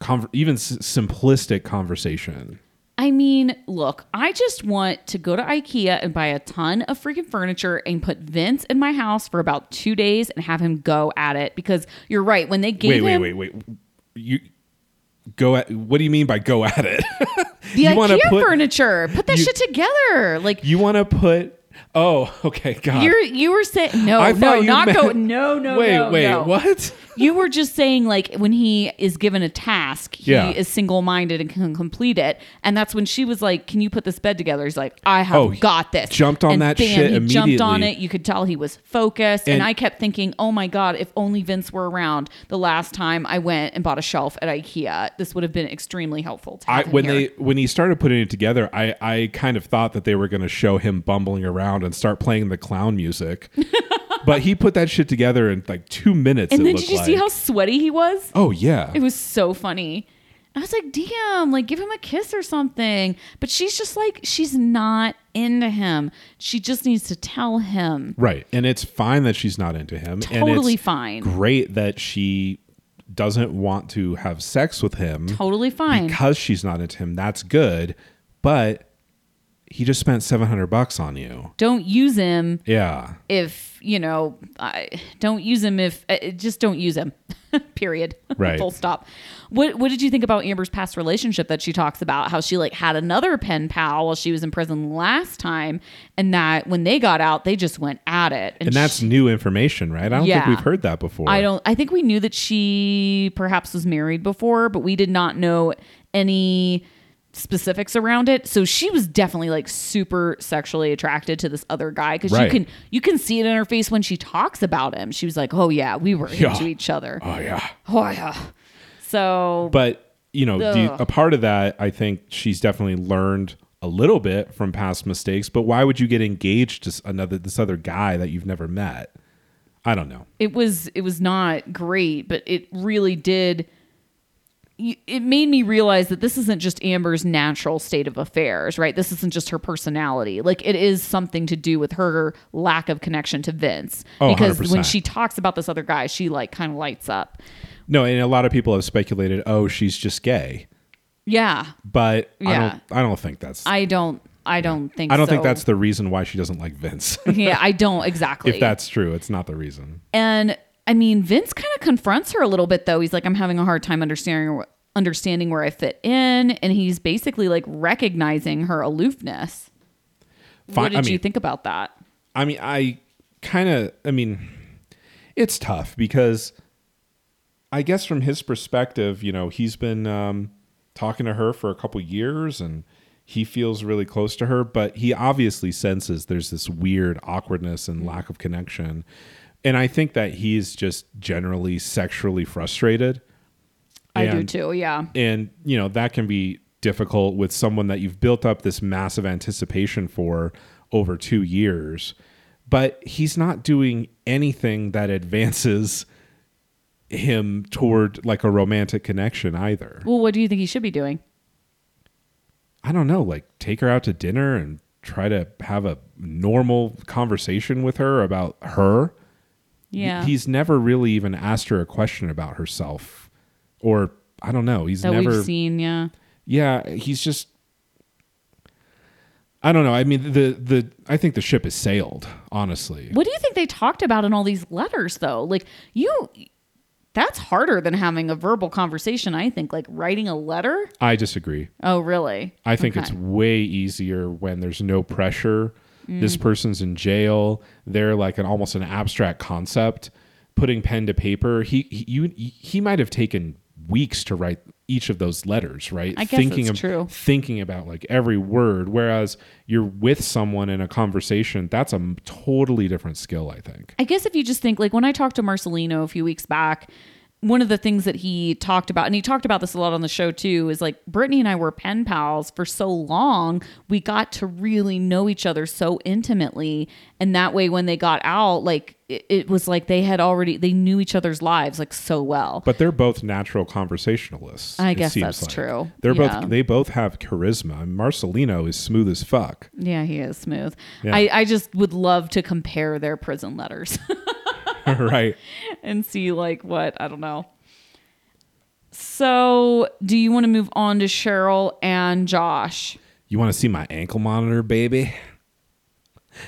[SPEAKER 2] conver- even s- simplistic conversation.
[SPEAKER 1] I mean, look, I just want to go to IKEA and buy a ton of freaking furniture and put Vince in my house for about two days and have him go at it because you're right. When they
[SPEAKER 2] Wait,
[SPEAKER 1] gave
[SPEAKER 2] wait,
[SPEAKER 1] him
[SPEAKER 2] wait, wait. You go at what do you mean by go at it?
[SPEAKER 1] the
[SPEAKER 2] you wanna
[SPEAKER 1] IKEA
[SPEAKER 2] put-
[SPEAKER 1] furniture, put that
[SPEAKER 2] you-
[SPEAKER 1] shit together. Like
[SPEAKER 2] You want to put Oh, okay, God.
[SPEAKER 1] you're you were saying no,
[SPEAKER 2] I thought
[SPEAKER 1] no,
[SPEAKER 2] you
[SPEAKER 1] not
[SPEAKER 2] meant-
[SPEAKER 1] go, no, no,
[SPEAKER 2] wait,
[SPEAKER 1] no,
[SPEAKER 2] wait,
[SPEAKER 1] no.
[SPEAKER 2] what?
[SPEAKER 1] you were just saying like when he is given a task he
[SPEAKER 2] Yeah.
[SPEAKER 1] is single-minded and can complete it and that's when she was like can you put this bed together he's like i have
[SPEAKER 2] Oh, he
[SPEAKER 1] got this
[SPEAKER 2] jumped on
[SPEAKER 1] and
[SPEAKER 2] that
[SPEAKER 1] bam,
[SPEAKER 2] shit
[SPEAKER 1] he jumped on
[SPEAKER 2] immediately.
[SPEAKER 1] it you could tell he was focused and,
[SPEAKER 2] And-
[SPEAKER 1] i kept thinking oh my god if only vince were around the last time i went and bought a shelf at ikea this would have been extremely helpful to
[SPEAKER 2] I,
[SPEAKER 1] have him
[SPEAKER 2] when
[SPEAKER 1] here.
[SPEAKER 2] they when he started putting it together, I I kind of thought that they were going to show him bumbling around and start playing the clown music, but he put that shit together in like two minutes.
[SPEAKER 1] and
[SPEAKER 2] it
[SPEAKER 1] then
[SPEAKER 2] looked
[SPEAKER 1] did you see
[SPEAKER 2] like.
[SPEAKER 1] how sweaty he was
[SPEAKER 2] Oh yeah,
[SPEAKER 1] It was so funny. I was like, damn, like give him a kiss or something. But she's just like, she's not into him. She just needs to tell him.
[SPEAKER 2] right. And it's fine that she's not into him. and
[SPEAKER 1] Totally
[SPEAKER 2] it's
[SPEAKER 1] fine.
[SPEAKER 2] Great that she doesn't want to have sex with him
[SPEAKER 1] Totally fine.
[SPEAKER 2] because she's not into him. That's good, but he just spent seven hundred bucks on you.
[SPEAKER 1] don't use him
[SPEAKER 2] Yeah.
[SPEAKER 1] if, you know, I, don't use him if, uh, just don't use him. Period.
[SPEAKER 2] Right.
[SPEAKER 1] Full stop. What What did you think about Amber's past relationship that she talks about? How she like had another pen pal while she was in prison last time, and that when they got out, they just went at it.
[SPEAKER 2] And that's
[SPEAKER 1] she-
[SPEAKER 2] new information, right? I don't
[SPEAKER 1] Yeah.
[SPEAKER 2] think we've heard that before.
[SPEAKER 1] I don't. I think we knew that she perhaps was married before, but we did not know any specifics around it. So she was definitely like super sexually attracted to this other guy because you
[SPEAKER 2] Right.
[SPEAKER 1] can you can see it in her face when she talks about him. She was like, "Oh yeah, we were
[SPEAKER 2] Yeah.
[SPEAKER 1] into each other."
[SPEAKER 2] Oh yeah.
[SPEAKER 1] Oh yeah. So
[SPEAKER 2] but you know the,
[SPEAKER 1] Ugh.
[SPEAKER 2] a part of that i think she's definitely learned a little bit from past mistakes but why would you get engaged to s- another this other guy that you've never met i don't know
[SPEAKER 1] it was it was not great, but it really did. y- It made me realize that this isn't just Amber's natural state of affairs, right? This isn't just her personality. Like it is something to do with her lack of connection to Vince.
[SPEAKER 2] Oh,
[SPEAKER 1] because when
[SPEAKER 2] 100%.
[SPEAKER 1] she talks about this other guy, she like kind of lights up.
[SPEAKER 2] no and a lot of people have speculated oh she's just gay
[SPEAKER 1] Yeah,
[SPEAKER 2] but i
[SPEAKER 1] Yeah.
[SPEAKER 2] don't i don't think that's i,
[SPEAKER 1] I don't. I don't think.
[SPEAKER 2] don't think
[SPEAKER 1] so.
[SPEAKER 2] that's the reason why she doesn't like vince
[SPEAKER 1] yeah, I don't exactly.
[SPEAKER 2] if that's true it's not the reason
[SPEAKER 1] And I mean, Vince kind of confronts her a little bit, though. He's like, I'm having a hard time understanding understanding where I fit in, and he's basically like recognizing her aloofness.
[SPEAKER 2] Fine-
[SPEAKER 1] what did
[SPEAKER 2] I
[SPEAKER 1] you
[SPEAKER 2] mean-
[SPEAKER 1] think about that?
[SPEAKER 2] I mean, I kind of, I mean, it's tough because I guess from his perspective, you know, he's been um, talking to her for a couple years and he feels really close to her, but he obviously senses there's this weird awkwardness and lack of connection. And I think that he's just generally sexually frustrated.
[SPEAKER 1] I do
[SPEAKER 2] And-
[SPEAKER 1] too. Yeah.
[SPEAKER 2] and you know that can be difficult with someone that you've built up this massive anticipation for over 2 years but he's not doing anything that advances him toward like a romantic connection either
[SPEAKER 1] Well, what do you think he should be doing?
[SPEAKER 2] i don't know like take her out to dinner and try to have a normal conversation with her about her
[SPEAKER 1] Yeah.
[SPEAKER 2] he's never really even asked her a question about herself or i don't know he's
[SPEAKER 1] that
[SPEAKER 2] never
[SPEAKER 1] we've seen. Yeah.
[SPEAKER 2] yeah, he's just I don't know. I mean the the I think the ship has sailed, honestly.
[SPEAKER 1] What do you think they talked about in all these letters, though? Like, you. That's harder than having a verbal conversation, I think. Like writing a letter?
[SPEAKER 2] I disagree.
[SPEAKER 1] Oh, really?
[SPEAKER 2] I think
[SPEAKER 1] Okay.
[SPEAKER 2] it's way easier when there's no pressure. This
[SPEAKER 1] Mm.
[SPEAKER 2] person's in jail. They're like an almost an abstract concept. Putting pen to paper, he, he you he might have taken weeks to write each of those letters, right?
[SPEAKER 1] I guess
[SPEAKER 2] thinking
[SPEAKER 1] that's
[SPEAKER 2] ab-
[SPEAKER 1] true.
[SPEAKER 2] Thinking about like every word, whereas you're with someone in a conversation, that's a m- totally different skill. I think.
[SPEAKER 1] I guess if you just think like when I talked to Marcelino a few weeks back, one of the things that he talked about, and he talked about this a lot on the show too, is like Brittany and I were pen pals for so long. We got to really know each other so intimately. And that way, when they got out, like it, it was like they had already, they knew each other's lives like so well.
[SPEAKER 2] But they're both natural conversationalists.
[SPEAKER 1] I
[SPEAKER 2] it
[SPEAKER 1] guess
[SPEAKER 2] seems
[SPEAKER 1] that's
[SPEAKER 2] like.
[SPEAKER 1] true.
[SPEAKER 2] They're
[SPEAKER 1] Yeah.
[SPEAKER 2] both they both have charisma. Marcelino is smooth as fuck.
[SPEAKER 1] yeah, he is smooth.
[SPEAKER 2] Yeah.
[SPEAKER 1] I, I just would love to compare their prison letters.
[SPEAKER 2] right.
[SPEAKER 1] and see like what I don't know. So, do you want to move on to Cheryl and Josh?
[SPEAKER 2] You want to see my ankle monitor, baby?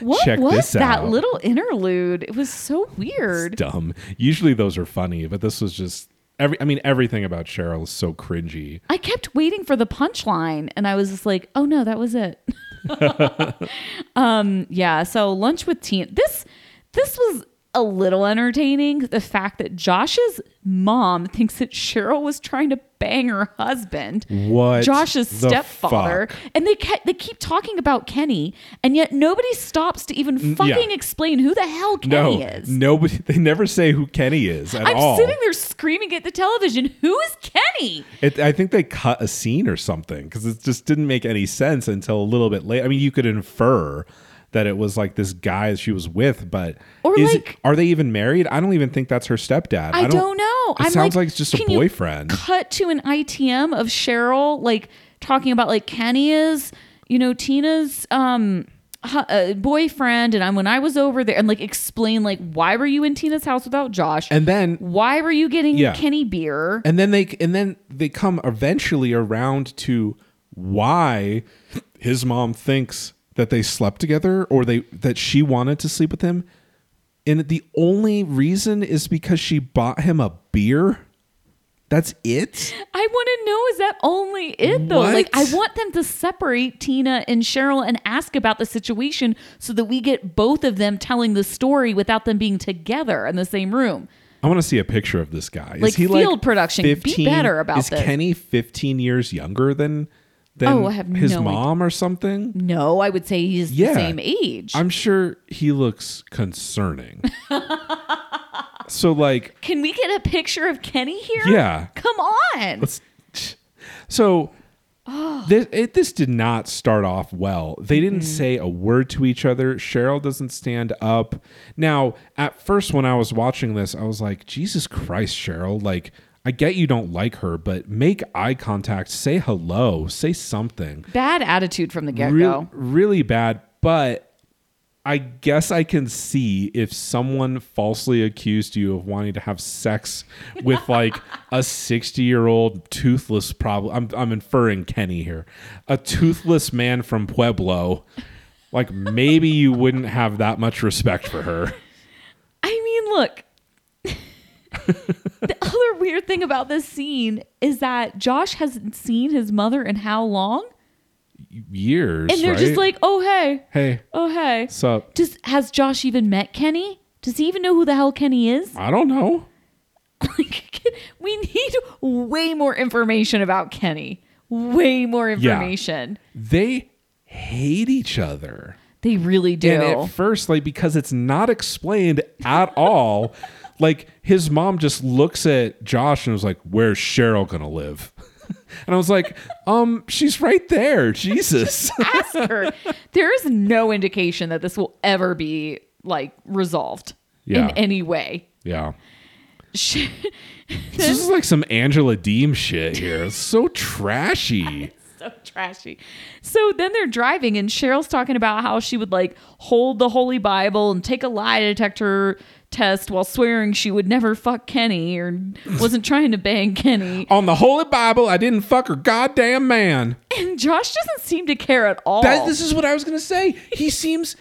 [SPEAKER 1] What
[SPEAKER 2] Check
[SPEAKER 1] was
[SPEAKER 2] this
[SPEAKER 1] that
[SPEAKER 2] out.
[SPEAKER 1] little interlude? It was so weird.
[SPEAKER 2] Dumb. Usually those are funny, but this was just every I mean everything about Cheryl is so cringy.
[SPEAKER 1] I kept waiting for the punchline and I was just like, "Oh no, that was it." um, yeah, so lunch with Tina. This this was a little entertaining the fact that Josh's mom thinks that Cheryl was trying to bang her husband.
[SPEAKER 2] What
[SPEAKER 1] Josh's
[SPEAKER 2] the
[SPEAKER 1] stepfather,
[SPEAKER 2] fuck?
[SPEAKER 1] and they ke- they keep talking about Kenny, and yet nobody stops to even fucking explain who the hell Kenny
[SPEAKER 2] no.
[SPEAKER 1] is.
[SPEAKER 2] Nobody they never say who Kenny is at
[SPEAKER 1] I'm
[SPEAKER 2] all.
[SPEAKER 1] sitting there screaming at the television, "Who is Kenny?"
[SPEAKER 2] It, I think they cut a scene or something because it just didn't make any sense until a little bit late. I mean, you could infer that it was like this guy she was with, but
[SPEAKER 1] Or,
[SPEAKER 2] is
[SPEAKER 1] like-
[SPEAKER 2] it, are they even married? I don't even think that's her stepdad.
[SPEAKER 1] I, don't, know.
[SPEAKER 2] It sounds like it's just a
[SPEAKER 1] can you
[SPEAKER 2] boyfriend.
[SPEAKER 1] Cut to an ITM of Cheryl, like talking about like Kenny is, you know, Tina's um hu- uh, boyfriend, and I, when I was over there, and like explain like why were you in Tina's house without Josh,
[SPEAKER 2] And then
[SPEAKER 1] why were you getting
[SPEAKER 2] Yeah.
[SPEAKER 1] Kenny beer?
[SPEAKER 2] and then they and then they come eventually around to why his mom thinks that they slept together or they that she wanted to sleep with him. And the only reason is because she bought him a beer. That's it?
[SPEAKER 1] I want to know is that only it though? Like I
[SPEAKER 2] What?
[SPEAKER 1] want them to separate Tina and Cheryl and ask about the situation so that we get both of them telling the story without them being together in the same room.
[SPEAKER 2] I want to see a picture of this guy. Is
[SPEAKER 1] Like
[SPEAKER 2] he
[SPEAKER 1] field
[SPEAKER 2] like
[SPEAKER 1] production. Be
[SPEAKER 2] 15?
[SPEAKER 1] better about
[SPEAKER 2] is
[SPEAKER 1] this.
[SPEAKER 2] Kenny 15 years younger than than
[SPEAKER 1] Oh, I have
[SPEAKER 2] his
[SPEAKER 1] no
[SPEAKER 2] mom or something?
[SPEAKER 1] No, I would say he's the
[SPEAKER 2] Yeah.
[SPEAKER 1] same age.
[SPEAKER 2] I'm sure he looks concerning. so like,
[SPEAKER 1] Can we get a picture of Kenny here?
[SPEAKER 2] Yeah.
[SPEAKER 1] Come on.
[SPEAKER 2] let's so this, it, this did not start off well. They didn't say a word to each other. Cheryl doesn't stand up. Now, at first, when I was watching this, I was like, Jesus Christ, Cheryl. Like, I get you don't like her, but make eye contact, say hello, say something.
[SPEAKER 1] Bad attitude from the get go.
[SPEAKER 2] Real- really bad, but I guess I can see if someone falsely accused you of wanting to have sex with like a 60 year old toothless, probably. I'm, I'm inferring Kenny here, a toothless man from Pueblo. Like maybe you wouldn't have that much respect for her.
[SPEAKER 1] I mean, look. the other weird thing about this scene is that Josh hasn't seen his mother in how long?
[SPEAKER 2] Years.
[SPEAKER 1] And they're just
[SPEAKER 2] right?
[SPEAKER 1] like, "Oh hey.
[SPEAKER 2] hey,
[SPEAKER 1] Oh hey."
[SPEAKER 2] sup?
[SPEAKER 1] Does has Josh even met Kenny? Does he even know who the hell Kenny is?
[SPEAKER 2] I don't know.
[SPEAKER 1] Like, we need way more information about Kenny. Way more information.
[SPEAKER 2] They hate each other.
[SPEAKER 1] They really do.
[SPEAKER 2] And at first, like because it's not explained at all, like his mom just looks at Josh and was like, "Where's Cheryl gonna live?" And I was like, "Um, she's right there, Jesus."
[SPEAKER 1] Ask her. There is no indication that this will ever be like resolved
[SPEAKER 2] Yeah.
[SPEAKER 1] in any way.
[SPEAKER 2] yeah,
[SPEAKER 1] She-
[SPEAKER 2] this is like some Angela Deem shit here. It's so trashy.
[SPEAKER 1] so trashy. So then they're driving, and Cheryl's talking about how she would like hold the Holy Bible and take a lie detector test while swearing she would never fuck Kenny or wasn't trying to bang Kenny.
[SPEAKER 2] On the Holy Bible, I didn't fuck her goddamn man.
[SPEAKER 1] And Josh doesn't seem to care at all.
[SPEAKER 2] That this is what I was gonna say. He seems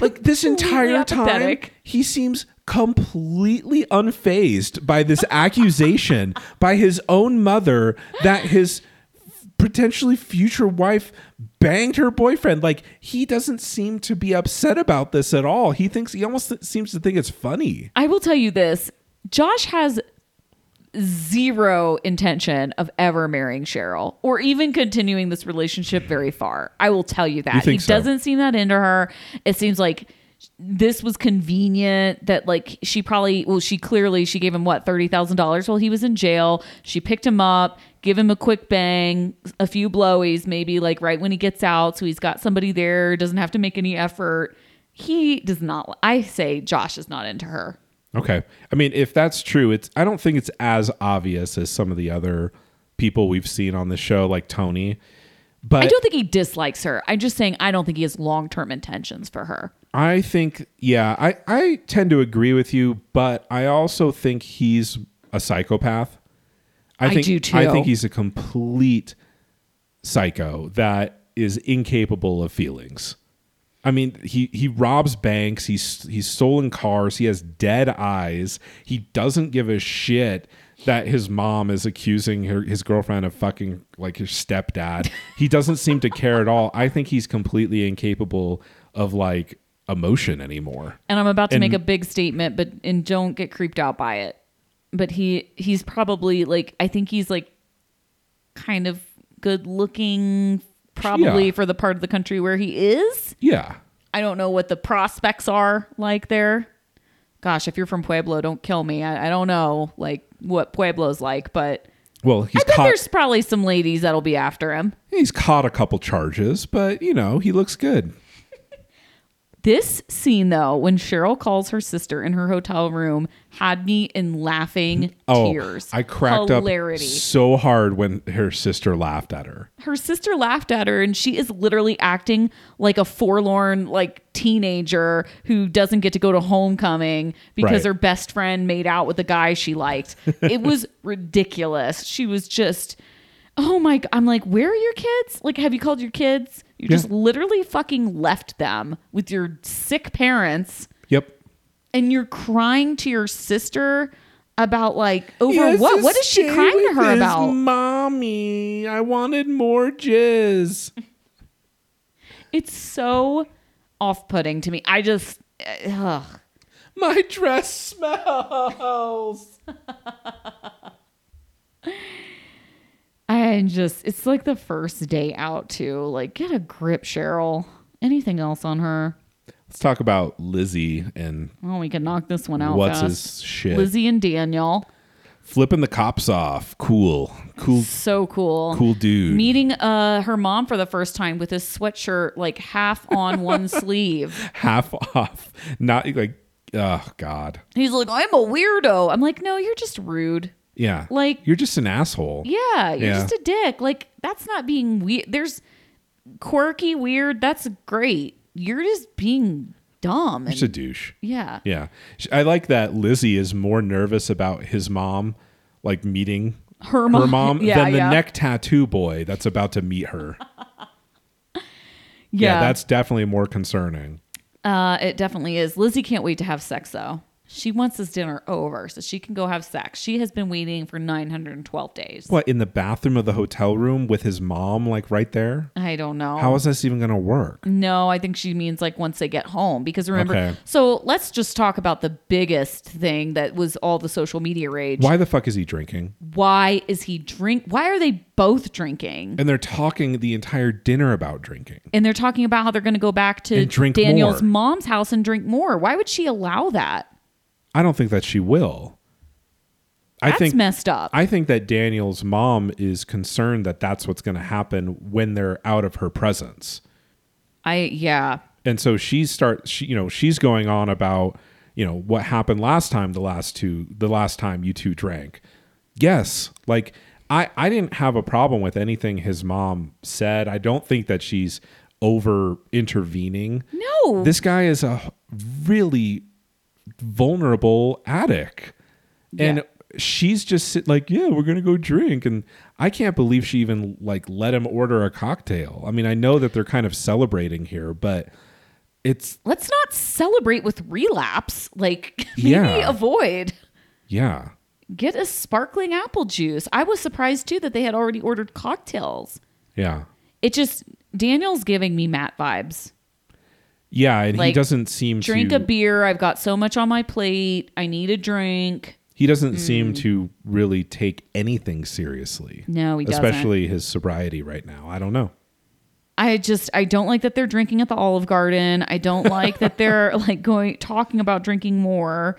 [SPEAKER 2] like this entire time
[SPEAKER 1] apathetic.
[SPEAKER 2] he seems completely unfazed by this accusation by his own mother that his potentially future wife banged her boyfriend like he doesn't seem to be upset about this at all he thinks he almost th- seems to think it's funny
[SPEAKER 1] I will tell you this Josh has zero intention of ever marrying Cheryl or even continuing this relationship very far. I will tell you that.
[SPEAKER 2] think
[SPEAKER 1] he
[SPEAKER 2] so?
[SPEAKER 1] doesn't seem that into her. It seems like this was convenient that like she probably well she clearly she gave him what $30,000 while he was in jail. She picked him up, give him a quick bang, a few blowies maybe like right when he gets out so he's got somebody there, doesn't have to make any effort. He does not I say Josh is not into her.
[SPEAKER 2] Okay. I mean, if that's true, it's I don't think it's as obvious as some of the other people we've seen on the show, like Tony. But
[SPEAKER 1] I don't think he dislikes her. I'm just saying I don't think he has long term intentions for her.
[SPEAKER 2] I think, yeah, I, I tend to agree with you, but I also think he's a psychopath.
[SPEAKER 1] I
[SPEAKER 2] think,
[SPEAKER 1] do too.
[SPEAKER 2] I think he's a complete psycho that is incapable of feelings. I mean, he, he robs banks. He's he's stolen cars. He has dead eyes. He doesn't give a shit that his mom is accusing her, his girlfriend of fucking like his stepdad. He doesn't seem to care at all. I think he's completely incapable of like emotion anymore.
[SPEAKER 1] And I'm about to make a big statement, but and don't get creeped out by it. But he he's probably like I think he's like kind of good looking probably
[SPEAKER 2] Yeah.
[SPEAKER 1] for the part of the country where he is.
[SPEAKER 2] Yeah.
[SPEAKER 1] I don't know what the prospects are like there. Gosh, if you're from Pueblo, don't kill me. I, I don't know like what Pueblo's like, but
[SPEAKER 2] Well, he's
[SPEAKER 1] I bet
[SPEAKER 2] caught.
[SPEAKER 1] there's probably some ladies that'll be after him.
[SPEAKER 2] He's caught a couple charges, but you know he looks good.
[SPEAKER 1] This scene though, when Cheryl calls her sister in her hotel room, had me in laughing
[SPEAKER 2] Oh,
[SPEAKER 1] tears.
[SPEAKER 2] I cracked
[SPEAKER 1] Hilarity.
[SPEAKER 2] up so hard when her sister laughed at her.
[SPEAKER 1] her sister laughed at her and she is literally acting like a forlorn like teenager who doesn't get to go to homecoming because
[SPEAKER 2] Right.
[SPEAKER 1] her best friend made out with a guy she liked it was ridiculous she was just oh my g- i'm like where are your kids like have you called your kids you just literally fucking left them with your sick parents
[SPEAKER 2] Yep.
[SPEAKER 1] and you're crying to your sister about like over
[SPEAKER 2] Yes,
[SPEAKER 1] what what is
[SPEAKER 2] just
[SPEAKER 1] she
[SPEAKER 2] stay
[SPEAKER 1] crying to
[SPEAKER 2] with
[SPEAKER 1] her
[SPEAKER 2] his
[SPEAKER 1] about
[SPEAKER 2] Mommy, I wanted more jizz.
[SPEAKER 1] It's so off putting to me. I just. eh, Ugh.
[SPEAKER 2] My dress smells.
[SPEAKER 1] I just. It's like the first day out, too. Like, get a grip, Cheryl. Anything else on her?
[SPEAKER 2] Let's talk about Lizzie and
[SPEAKER 1] Oh, we can knock this one out.
[SPEAKER 2] what's
[SPEAKER 1] fast.
[SPEAKER 2] his shit.
[SPEAKER 1] Lizzie and Daniel.
[SPEAKER 2] Flipping the cops off. Cool. Cool
[SPEAKER 1] So cool.
[SPEAKER 2] cool dude.
[SPEAKER 1] Meeting uh her mom for the first time with his sweatshirt like half on one sleeve.
[SPEAKER 2] Half off. Not like oh god.
[SPEAKER 1] He's like, I'm a weirdo. I'm like, no, you're just rude.
[SPEAKER 2] Yeah.
[SPEAKER 1] Like-
[SPEAKER 2] you're just an asshole.
[SPEAKER 1] Yeah, you're
[SPEAKER 2] Yeah.
[SPEAKER 1] just a dick. Like that's not being weird. There's quirky, weird. That's great. You're just being dumb.
[SPEAKER 2] Just a
[SPEAKER 1] And,
[SPEAKER 2] douche.
[SPEAKER 1] yeah.
[SPEAKER 2] Yeah. Sh- I like that Lizzie is more nervous about his mom, like meeting
[SPEAKER 1] Her mom. Yeah,
[SPEAKER 2] than the
[SPEAKER 1] yeah.
[SPEAKER 2] neck tattoo boy that's about to meet her. yeah.
[SPEAKER 1] yeah,
[SPEAKER 2] that's definitely more concerning.
[SPEAKER 1] uh, it. Definitely is. Lizzie can't wait to have sex though. She wants this dinner over so she can go have sex. She has been waiting for 912 days.
[SPEAKER 2] What, in the bathroom of the hotel room with his mom, like right there?
[SPEAKER 1] I don't know.
[SPEAKER 2] How is this even going to work?
[SPEAKER 1] No, I think she means like once they get home because remember.
[SPEAKER 2] Okay.
[SPEAKER 1] So let's just talk about the biggest thing that was all the social media rage.
[SPEAKER 2] Why the fuck is he drinking?
[SPEAKER 1] why is he drink why are they both drinking
[SPEAKER 2] And they're talking the entire dinner about drinking.
[SPEAKER 1] and they're talking about how they're going to go back to
[SPEAKER 2] And drink
[SPEAKER 1] daniel's
[SPEAKER 2] more.
[SPEAKER 1] mom's house and drink more why would she allow that
[SPEAKER 2] I don't think that she will. I
[SPEAKER 1] that's
[SPEAKER 2] think
[SPEAKER 1] messed up
[SPEAKER 2] I think that Daniel's mom is concerned that that's what's going to happen when they're out of her presence.
[SPEAKER 1] i yeah
[SPEAKER 2] and so she starts she, you know she's going on about you know what happened last time the last two the last time you two drank yes like i i didn't have a problem with anything his mom said i don't think that she's over intervening
[SPEAKER 1] no
[SPEAKER 2] this guy is a really vulnerable addict and
[SPEAKER 1] Yeah.
[SPEAKER 2] she's just sit like yeah we're gonna go drink and i can't believe she even like let him order a cocktail i mean i know that they're kind of celebrating here but it's
[SPEAKER 1] let's not celebrate with relapse like maybe
[SPEAKER 2] Yeah.
[SPEAKER 1] avoid
[SPEAKER 2] yeah
[SPEAKER 1] get a sparkling apple juice i was surprised too that they had already ordered cocktails
[SPEAKER 2] yeah
[SPEAKER 1] it just daniel's giving me matt vibes
[SPEAKER 2] yeah and he
[SPEAKER 1] Like,
[SPEAKER 2] doesn't seem
[SPEAKER 1] drink
[SPEAKER 2] to
[SPEAKER 1] a beer i've got so much on my plate i need a drink
[SPEAKER 2] he doesn't
[SPEAKER 1] Mm.
[SPEAKER 2] seem to really take anything seriously
[SPEAKER 1] No, he doesn't.
[SPEAKER 2] especially his sobriety right now i don't know
[SPEAKER 1] I just I don't like that they're drinking at the Olive Garden. I don't like that they're like going talking about drinking more.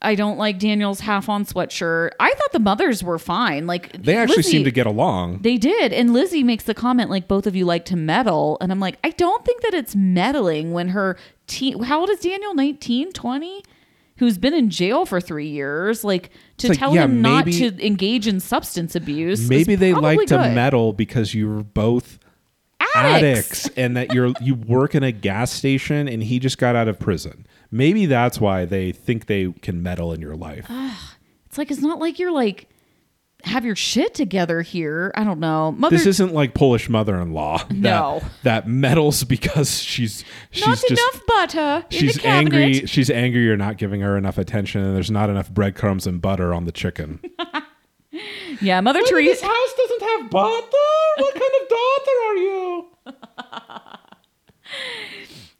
[SPEAKER 1] I don't like Daniel's half on sweatshirt. I thought the mothers were fine. Like
[SPEAKER 2] They actually
[SPEAKER 1] Lizzie-
[SPEAKER 2] seem to get along.
[SPEAKER 1] They did. And Lizzie makes the comment like both of you like to meddle and I'm like I don't think that it's meddling when her teen how old is Daniel 19, 20? Who's been in jail for 3 years like to
[SPEAKER 2] It's like,
[SPEAKER 1] tell
[SPEAKER 2] yeah,
[SPEAKER 1] him not
[SPEAKER 2] maybe-
[SPEAKER 1] to engage in substance abuse. is
[SPEAKER 2] Maybe they
[SPEAKER 1] probably
[SPEAKER 2] like to
[SPEAKER 1] good.
[SPEAKER 2] meddle because you're both
[SPEAKER 1] Addicts.
[SPEAKER 2] addicts and that you're you work in a gas station and he just got out of prison. Maybe that's why they think they can meddle in your life.
[SPEAKER 1] It's like it's not like you're like have your shit together here. I don't know. Mother
[SPEAKER 2] this isn't like Polish mother-in-law that,
[SPEAKER 1] No.
[SPEAKER 2] that meddles because she's she's
[SPEAKER 1] not
[SPEAKER 2] just
[SPEAKER 1] enough butter in
[SPEAKER 2] she's
[SPEAKER 1] the cabinet.
[SPEAKER 2] angry she's angry you're not giving her enough attention and there's not enough breadcrumbs and butter on the chicken.
[SPEAKER 1] Yeah, Mother
[SPEAKER 2] This
[SPEAKER 1] Teresa.
[SPEAKER 2] house doesn't have butter. What kind of daughter are you?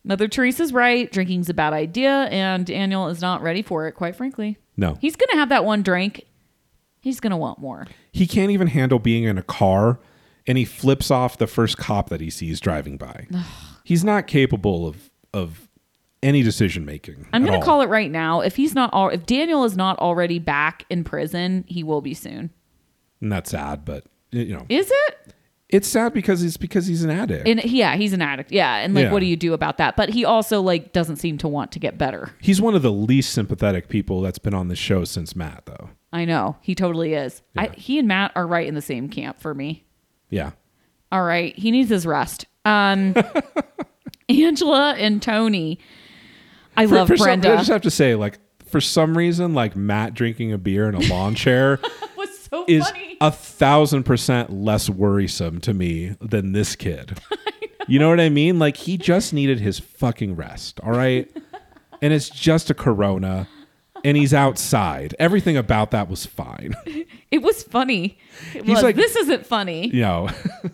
[SPEAKER 1] Mother Teresa's right. Drinking's a bad idea, and Daniel is not ready for it. Quite frankly,
[SPEAKER 2] No.
[SPEAKER 1] He's gonna have that one drink. He's gonna want more.
[SPEAKER 2] He can't even handle being in a car and he flips off the first cop that he sees driving by. He's not capable of of any decision making.
[SPEAKER 1] I'm gonna call it right now. If he's not, all, if Daniel is not already back in prison, he will be soon.
[SPEAKER 2] And that's sad, but you know,
[SPEAKER 1] Is it?
[SPEAKER 2] it's sad because it's because he's an addict.
[SPEAKER 1] And yeah, he's an addict. Yeah, and like,
[SPEAKER 2] Yeah.
[SPEAKER 1] what do you do about that? But he also like doesn't seem to want to get better.
[SPEAKER 2] he's one of the least sympathetic people that's been on the show since Matt, though.
[SPEAKER 1] I know he totally is. I,
[SPEAKER 2] Yeah.
[SPEAKER 1] he and Matt are right in the same camp for me.
[SPEAKER 2] Yeah.
[SPEAKER 1] All right, he needs his rest. Um, Angela and Tony. I
[SPEAKER 2] For-
[SPEAKER 1] love
[SPEAKER 2] for some- I
[SPEAKER 1] Brenda.
[SPEAKER 2] just have to say, like, for some reason, like Matt drinking a beer in a lawn chair
[SPEAKER 1] was so
[SPEAKER 2] is
[SPEAKER 1] funny.
[SPEAKER 2] a thousand percent less worrisome to me than this kid. You know what I mean? Like he just needed his fucking rest, all right? and it's just a corona and he's outside. Everything about that was fine.
[SPEAKER 1] it was funny. It
[SPEAKER 2] He's
[SPEAKER 1] was.
[SPEAKER 2] like-
[SPEAKER 1] this isn't funny.
[SPEAKER 2] you know.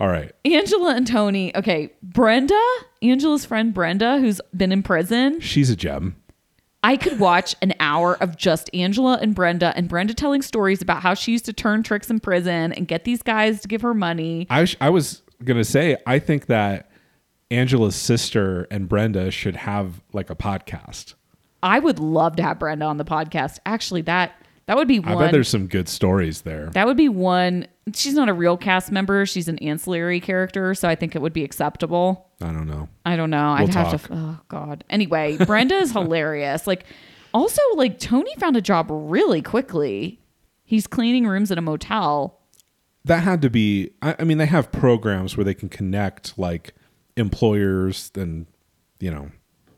[SPEAKER 2] all right.
[SPEAKER 1] Angela and Tony. Okay, Brenda, Angela's friend Brenda, who's been in prison.
[SPEAKER 2] She's a gem.
[SPEAKER 1] I could watch an hour of just Angela and Brenda and Brenda telling stories about how she used to turn tricks in prison and get these guys to give her money.
[SPEAKER 2] I, sh- I was gonna say I think that Angela's sister and Brenda should have like a podcast.
[SPEAKER 1] I would love to have Brenda on the podcast. Actually, that that would be
[SPEAKER 2] I
[SPEAKER 1] one.
[SPEAKER 2] bet there's some good stories there.
[SPEAKER 1] That would be one. She's not a real cast member. She's an ancillary character, so I think it would be acceptable.
[SPEAKER 2] I don't know.
[SPEAKER 1] I don't know. I'd
[SPEAKER 2] We'll
[SPEAKER 1] have
[SPEAKER 2] talk.
[SPEAKER 1] to. Oh God. Anyway, Brenda is hilarious. Like, also, like Tony found a job really quickly. He's cleaning rooms at a motel.
[SPEAKER 2] That had to be. I, I mean, they have programs where they can connect like employers and you know.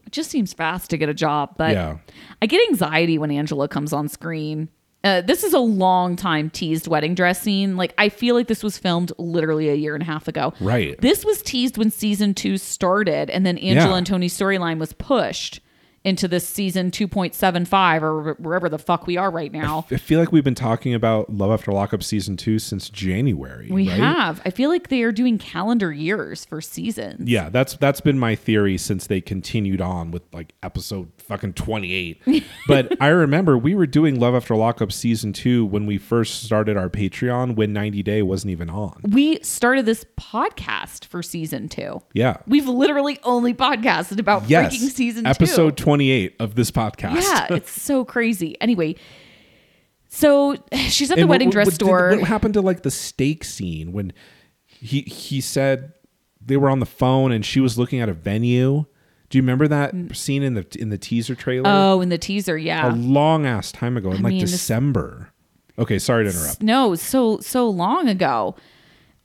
[SPEAKER 1] It just seems fast to get a job, but
[SPEAKER 2] Yeah.
[SPEAKER 1] I get anxiety when Angela comes on screen. Uh, this is a long time teased wedding dress scene. Like, I feel like this was filmed literally a year and a half ago.
[SPEAKER 2] Right.
[SPEAKER 1] This was teased when season two started, and then Angela
[SPEAKER 2] Yeah.
[SPEAKER 1] and Tony's storyline was pushed into this season 2.75 or wherever the fuck we are right now.
[SPEAKER 2] I feel like we've been talking about Love After Lockup season two since January.
[SPEAKER 1] We
[SPEAKER 2] right?
[SPEAKER 1] have. I feel like they are doing calendar years for seasons.
[SPEAKER 2] Yeah, that's that's been my theory since they continued on with like episode fucking 28. but I remember we were doing Love After Lockup season 2 when we first started our Patreon when 90 Day wasn't even on.
[SPEAKER 1] We started this podcast for season two.
[SPEAKER 2] Yeah.
[SPEAKER 1] We've literally only podcasted about
[SPEAKER 2] Yes.
[SPEAKER 1] freaking season
[SPEAKER 2] episode
[SPEAKER 1] two.
[SPEAKER 2] 28 of this podcast.
[SPEAKER 1] Yeah, it's so crazy. Anyway, so she's at the
[SPEAKER 2] And what-
[SPEAKER 1] wedding dress
[SPEAKER 2] what did-
[SPEAKER 1] store.
[SPEAKER 2] What happened to like the steak scene when he he said they were on the phone and she was looking at a venue? Do you remember that scene in the in the teaser trailer?
[SPEAKER 1] Mm. oh, in the teaser, yeah.
[SPEAKER 2] a long ass time ago in like
[SPEAKER 1] mean, this-
[SPEAKER 2] December. Okay, sorry to interrupt.
[SPEAKER 1] No, so so long ago.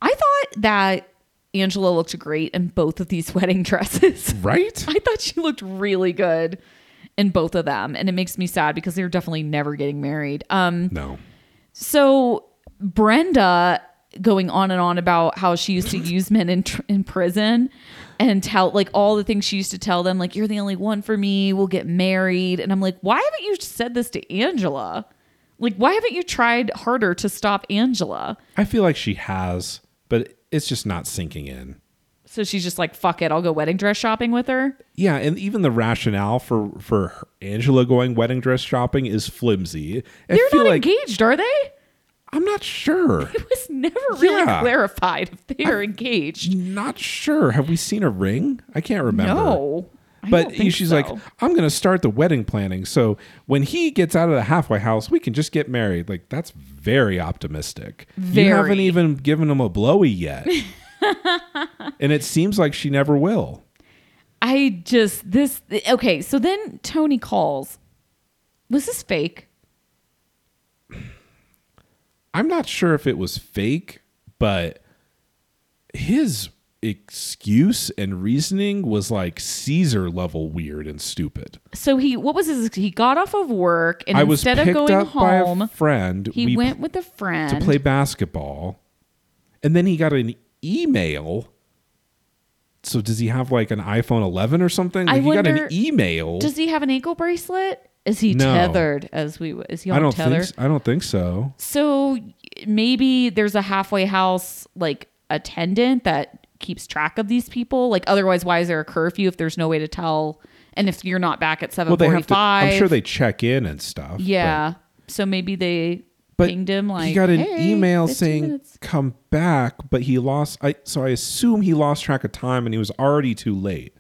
[SPEAKER 1] I thought that Angela looked great in both of these wedding dresses.
[SPEAKER 2] Right?
[SPEAKER 1] I thought she looked really good in both of them, and it makes me sad because they're definitely never getting married. Um,
[SPEAKER 2] No.
[SPEAKER 1] so Brenda going on and on about how she used to use men in tr- in prison and tell like all the things she used to tell them like you're the only one for me we'll get married and I'm like why haven't you said this to Angela like why haven't you tried harder to stop Angela
[SPEAKER 2] I feel like she has, but it's just not sinking in.
[SPEAKER 1] so she's just like fuck it I'll go wedding dress shopping with her
[SPEAKER 2] Yeah, and even the rationale for for her- Angela going wedding dress shopping is flimsy. I
[SPEAKER 1] they're
[SPEAKER 2] feel
[SPEAKER 1] not
[SPEAKER 2] like
[SPEAKER 1] engaged are they
[SPEAKER 2] I'm not sure.
[SPEAKER 1] It was never really
[SPEAKER 2] Yeah.
[SPEAKER 1] clarified if they are engaged.
[SPEAKER 2] not sure. Have we seen a ring? I can't remember.
[SPEAKER 1] No. I
[SPEAKER 2] But
[SPEAKER 1] don't think
[SPEAKER 2] she's
[SPEAKER 1] so.
[SPEAKER 2] like, I'm going to start the wedding planning. So when he gets out of the halfway house, we can just get married. Like, that's very optimistic. You haven't
[SPEAKER 1] Very.
[SPEAKER 2] even given him a blowy yet. and it seems like she never will.
[SPEAKER 1] I just this okay. So then Tony calls. Was this fake?
[SPEAKER 2] I'm not sure if it was fake, but his excuse and reasoning was like Caesar level weird and stupid.
[SPEAKER 1] So he what was his? He got off of work and
[SPEAKER 2] I was
[SPEAKER 1] instead
[SPEAKER 2] picked
[SPEAKER 1] of going
[SPEAKER 2] up
[SPEAKER 1] home,
[SPEAKER 2] by a friend.
[SPEAKER 1] he
[SPEAKER 2] we
[SPEAKER 1] went with a friend
[SPEAKER 2] to play basketball, and then he got an email. So does he have like an iPhone 11 or something?
[SPEAKER 1] I
[SPEAKER 2] Like he got an
[SPEAKER 1] wonder-
[SPEAKER 2] email.
[SPEAKER 1] Does he have an ankle bracelet? Is he
[SPEAKER 2] No.
[SPEAKER 1] tethered? As we is he on
[SPEAKER 2] I don't
[SPEAKER 1] tether?
[SPEAKER 2] think. s- I don't think so.
[SPEAKER 1] So maybe there's a halfway house like attendant that keeps track of these people. Like otherwise, why is there a curfew if there's no way to tell? And if you're not back at seven
[SPEAKER 2] Well, they have to.
[SPEAKER 1] forty-five,
[SPEAKER 2] I'm sure they check in and stuff.
[SPEAKER 1] Yeah. So maybe they
[SPEAKER 2] But
[SPEAKER 1] pinged him like
[SPEAKER 2] he got an
[SPEAKER 1] "Hey,
[SPEAKER 2] email
[SPEAKER 1] 15
[SPEAKER 2] saying
[SPEAKER 1] minutes."
[SPEAKER 2] come back, but he lost. I so I assume he lost track of time and he was already too late.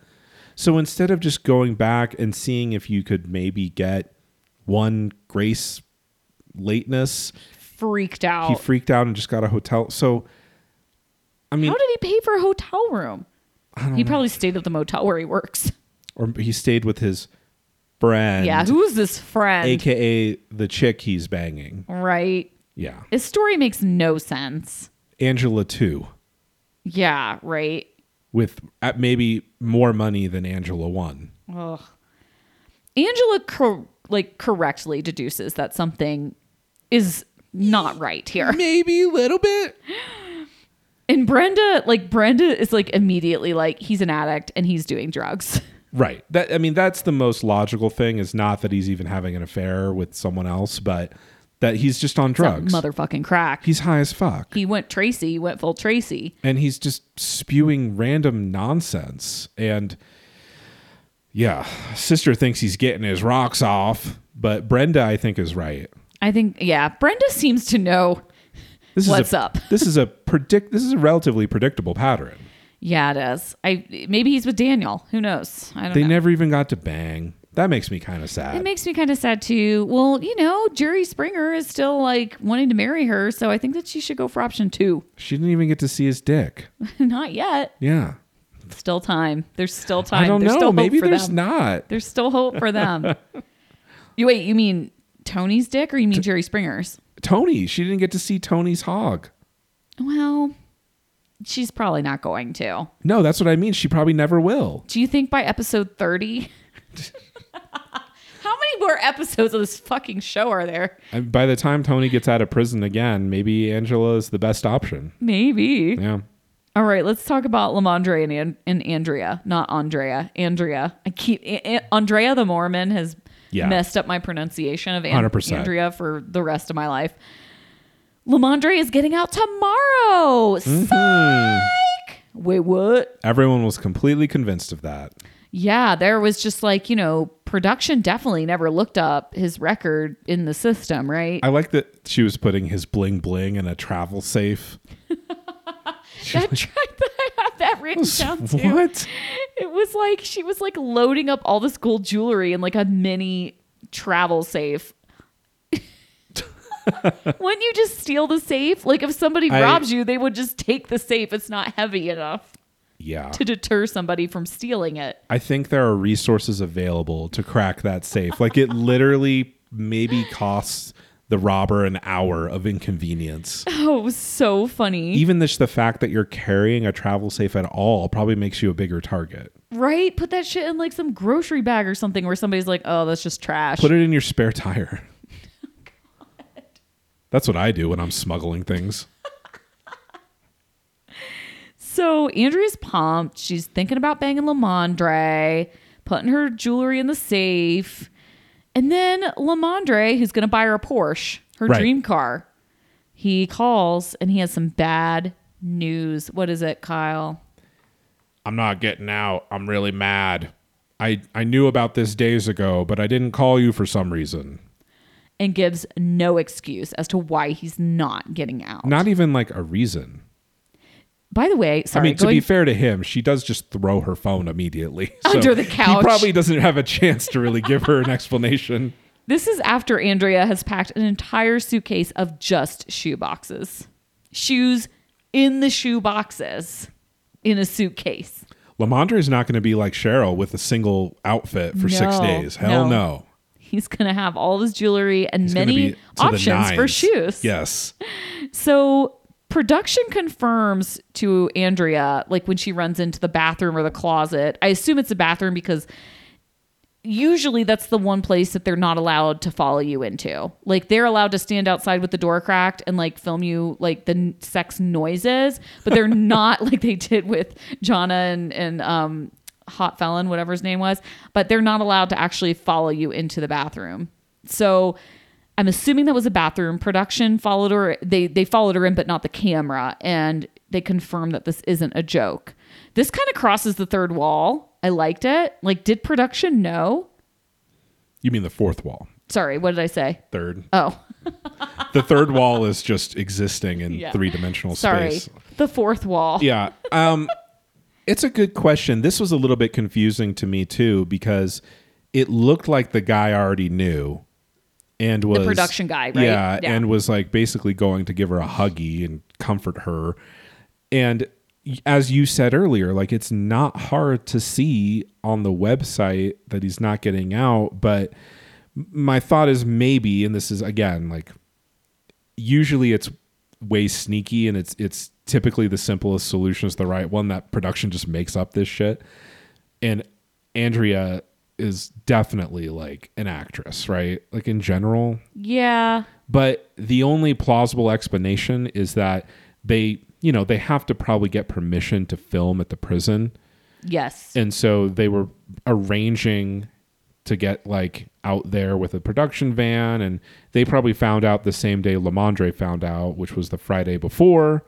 [SPEAKER 2] So instead of just going back and seeing if you could maybe get one grace lateness,
[SPEAKER 1] freaked out.
[SPEAKER 2] he freaked out and just got a hotel. So, I mean,
[SPEAKER 1] How did he pay for a hotel room? He probably stayed at the motel where he works.
[SPEAKER 2] or he stayed with his friend,
[SPEAKER 1] yeah, who's this friend?
[SPEAKER 2] aka the chick he's banging.
[SPEAKER 1] right.
[SPEAKER 2] Yeah,
[SPEAKER 1] His story makes no sense.
[SPEAKER 2] Angela too,
[SPEAKER 1] Yeah, right.
[SPEAKER 2] with uh, maybe more money than Angela one.
[SPEAKER 1] Ugh. Angela cor- like correctly deduces that something is not right here.
[SPEAKER 2] Maybe a little bit.
[SPEAKER 1] And Brenda, like Brenda is like immediately like he's an addict and he's doing drugs.
[SPEAKER 2] Right. That I mean, that's the most logical thing. Is not that he's even having an affair with someone else, but that he's just on drugs.
[SPEAKER 1] Motherfucking crack.
[SPEAKER 2] he's high as fuck,
[SPEAKER 1] he went Tracy, he went full Tracy.
[SPEAKER 2] and he's just spewing random nonsense. And yeah, sister thinks he's getting his rocks off, but Brenda, I think, is right.
[SPEAKER 1] I think yeah, Brenda seems to know.
[SPEAKER 2] This
[SPEAKER 1] What's
[SPEAKER 2] is a,
[SPEAKER 1] up?
[SPEAKER 2] This is a predict. This is a relatively predictable pattern.
[SPEAKER 1] Yeah, it is. I maybe he's with Daniel. Who knows? I don't
[SPEAKER 2] They
[SPEAKER 1] know.
[SPEAKER 2] never even got to bang. That makes me kind of sad.
[SPEAKER 1] it makes me kind of sad too. Well, you know, Jerry Springer is still like wanting to marry her, so I think that she should go for option two.
[SPEAKER 2] she didn't even get to see his dick.
[SPEAKER 1] Not yet.
[SPEAKER 2] Yeah.
[SPEAKER 1] Still time. There's still time.
[SPEAKER 2] I don't
[SPEAKER 1] there's
[SPEAKER 2] know.
[SPEAKER 1] Still
[SPEAKER 2] Maybe
[SPEAKER 1] hope for
[SPEAKER 2] there's
[SPEAKER 1] them.
[SPEAKER 2] not.
[SPEAKER 1] There's still hope for them. you wait. You mean Tony's dick, or you mean Jerry Springer's?
[SPEAKER 2] Tony. She didn't get to see Tony's hog.
[SPEAKER 1] Well, she's probably not going to.
[SPEAKER 2] No, that's what I mean. She probably never will.
[SPEAKER 1] Do you think by episode thirty? How many more episodes of this fucking show are there?
[SPEAKER 2] And by the time Tony gets out of prison again, maybe Angela is the best option.
[SPEAKER 1] Maybe.
[SPEAKER 2] Yeah.
[SPEAKER 1] All right, let's talk about Lamondre and, An- and Andrea, not Andrea. Andrea. I keep A- A- Andrea the Mormon has
[SPEAKER 2] Yeah.
[SPEAKER 1] messed up my pronunciation of An-
[SPEAKER 2] 100%.
[SPEAKER 1] Andrea for the rest of my life. Lamondre is getting out tomorrow. Psych. Wait, what?
[SPEAKER 2] Everyone was completely convinced of that.
[SPEAKER 1] Yeah, there was just like you know, production definitely never looked up his record in the system, right?
[SPEAKER 2] I like that she was putting his bling bling in a travel safe.
[SPEAKER 1] that track that I have that written down too.
[SPEAKER 2] What?
[SPEAKER 1] It was like she was like loading up all this gold jewelry in like a mini travel safe. Wouldn't you just steal the safe? Like if somebody
[SPEAKER 2] I-
[SPEAKER 1] robs you, they would just take the safe. It's not heavy enough
[SPEAKER 2] Yeah.
[SPEAKER 1] to deter somebody from stealing it.
[SPEAKER 2] I think there are resources available to crack that safe. Like it literally maybe costs the robber an hour of inconvenience.
[SPEAKER 1] Oh, it was so funny.
[SPEAKER 2] Even this, the fact that you're carrying a travel safe at all probably makes you a bigger target.
[SPEAKER 1] right? Put that shit in like some grocery bag or something where somebody's like, "Oh, that's just trash."
[SPEAKER 2] Put it in your spare tire.
[SPEAKER 1] Oh,
[SPEAKER 2] That's what I do when I'm smuggling things.
[SPEAKER 1] So Andrea's pumped. She's thinking about banging Lamondre, putting her jewelry in the safe. And then Lamondre, who's going to buy her a Porsche, her
[SPEAKER 2] Right.
[SPEAKER 1] dream car, he calls and he has some bad news. What is it, Kyle?
[SPEAKER 2] I'm not getting out. I'm really mad. I, I knew about this days ago, but I didn't call you for some reason.
[SPEAKER 1] and gives no excuse as to why he's not getting out.
[SPEAKER 2] Not even like a reason.
[SPEAKER 1] By the way, sorry.
[SPEAKER 2] I mean, to
[SPEAKER 1] going-
[SPEAKER 2] be fair to him, she does just throw her phone immediately So
[SPEAKER 1] Under the couch.
[SPEAKER 2] He probably doesn't have a chance to really give her an explanation.
[SPEAKER 1] This is after Andrea has packed an entire suitcase of just shoe boxes. Shoes in the shoe boxes in a suitcase.
[SPEAKER 2] Lamondre is not going to be like Cheryl with a single outfit for six
[SPEAKER 1] No,
[SPEAKER 2] days. Hell no.
[SPEAKER 1] no. He's going to have all his jewelry and
[SPEAKER 2] He's gonna be
[SPEAKER 1] many
[SPEAKER 2] to the
[SPEAKER 1] options for
[SPEAKER 2] nines.
[SPEAKER 1] shoes.
[SPEAKER 2] Yes.
[SPEAKER 1] So production confirms to Andrea, like when she runs into the bathroom or the closet. I assume it's a bathroom because usually that's the one place that they're not allowed to follow you into. Like they're allowed to stand outside with the door cracked and like film you like the n- sex noises, but they're not like they did with Jonna and and um Hot Felon, whatever his name was, but they're not allowed to actually follow you into the bathroom. So I'm assuming that was a bathroom production followed her they they followed her in but not the camera and they confirm that this isn't a joke. This kind of crosses the third wall. I liked it. Like did production know?
[SPEAKER 2] You mean the fourth wall?
[SPEAKER 1] Sorry, what did I say?
[SPEAKER 2] Third.
[SPEAKER 1] Oh,
[SPEAKER 2] The third wall is just existing in
[SPEAKER 1] Yeah.
[SPEAKER 2] three dimensional
[SPEAKER 1] sorry.
[SPEAKER 2] space.
[SPEAKER 1] The fourth wall.
[SPEAKER 2] yeah. Um, it's a good question. This was a little bit confusing to me too because it looked like the guy already knew and was
[SPEAKER 1] production guy, right?
[SPEAKER 2] Yeah,
[SPEAKER 1] Yeah.
[SPEAKER 2] and was like basically going to give her a huggy and comfort her. And y- as you said earlier, like it's not hard to see on the website that he's not getting out, but m- my thought is maybe and this is again like usually it's way sneaky and it's it's typically the simplest solution is the right one that production just makes up this shit and andrea is definitely like an actress right like in general
[SPEAKER 1] Yeah.
[SPEAKER 2] but the only plausible explanation is that they you know they have to probably get permission to film at the prison
[SPEAKER 1] Yes.
[SPEAKER 2] and so they were arranging to get like out there with a production van and they probably found out the same day Lamondre found out, which was the Friday before.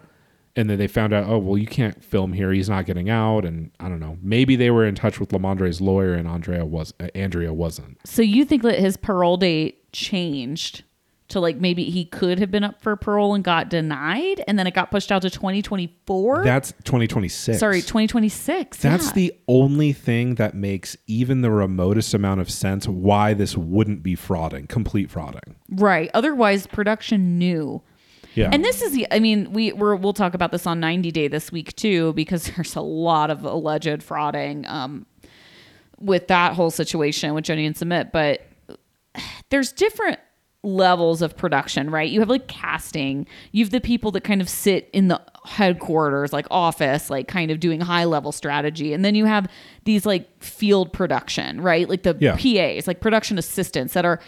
[SPEAKER 2] And then they found out, oh well you can't film here, he's not getting out and I don't know. Maybe they were in touch with Lamondre's lawyer and Andrea was uh, Andrea wasn't.
[SPEAKER 1] So you think that his parole date changed to like maybe he could have been up for parole and got denied and then it got pushed out to 2024?
[SPEAKER 2] That's 2026.
[SPEAKER 1] Sorry, 2026.
[SPEAKER 2] That's
[SPEAKER 1] yeah.
[SPEAKER 2] the only thing that makes even the remotest amount of sense why this wouldn't be frauding, complete frauding.
[SPEAKER 1] Right. Otherwise, production knew.
[SPEAKER 2] Yeah.
[SPEAKER 1] And this is the, I mean, we, we're, we'll talk about this on 90 Day this week too, because there's a lot of alleged frauding um, with that whole situation with Joni and Submit. But there's different levels of production, right? You have like casting, you have the people that kind of sit in the headquarters, like office, like kind of doing high level strategy. And then you have these like field production, right? Like the
[SPEAKER 2] Yeah.
[SPEAKER 1] PAs, like production assistants that are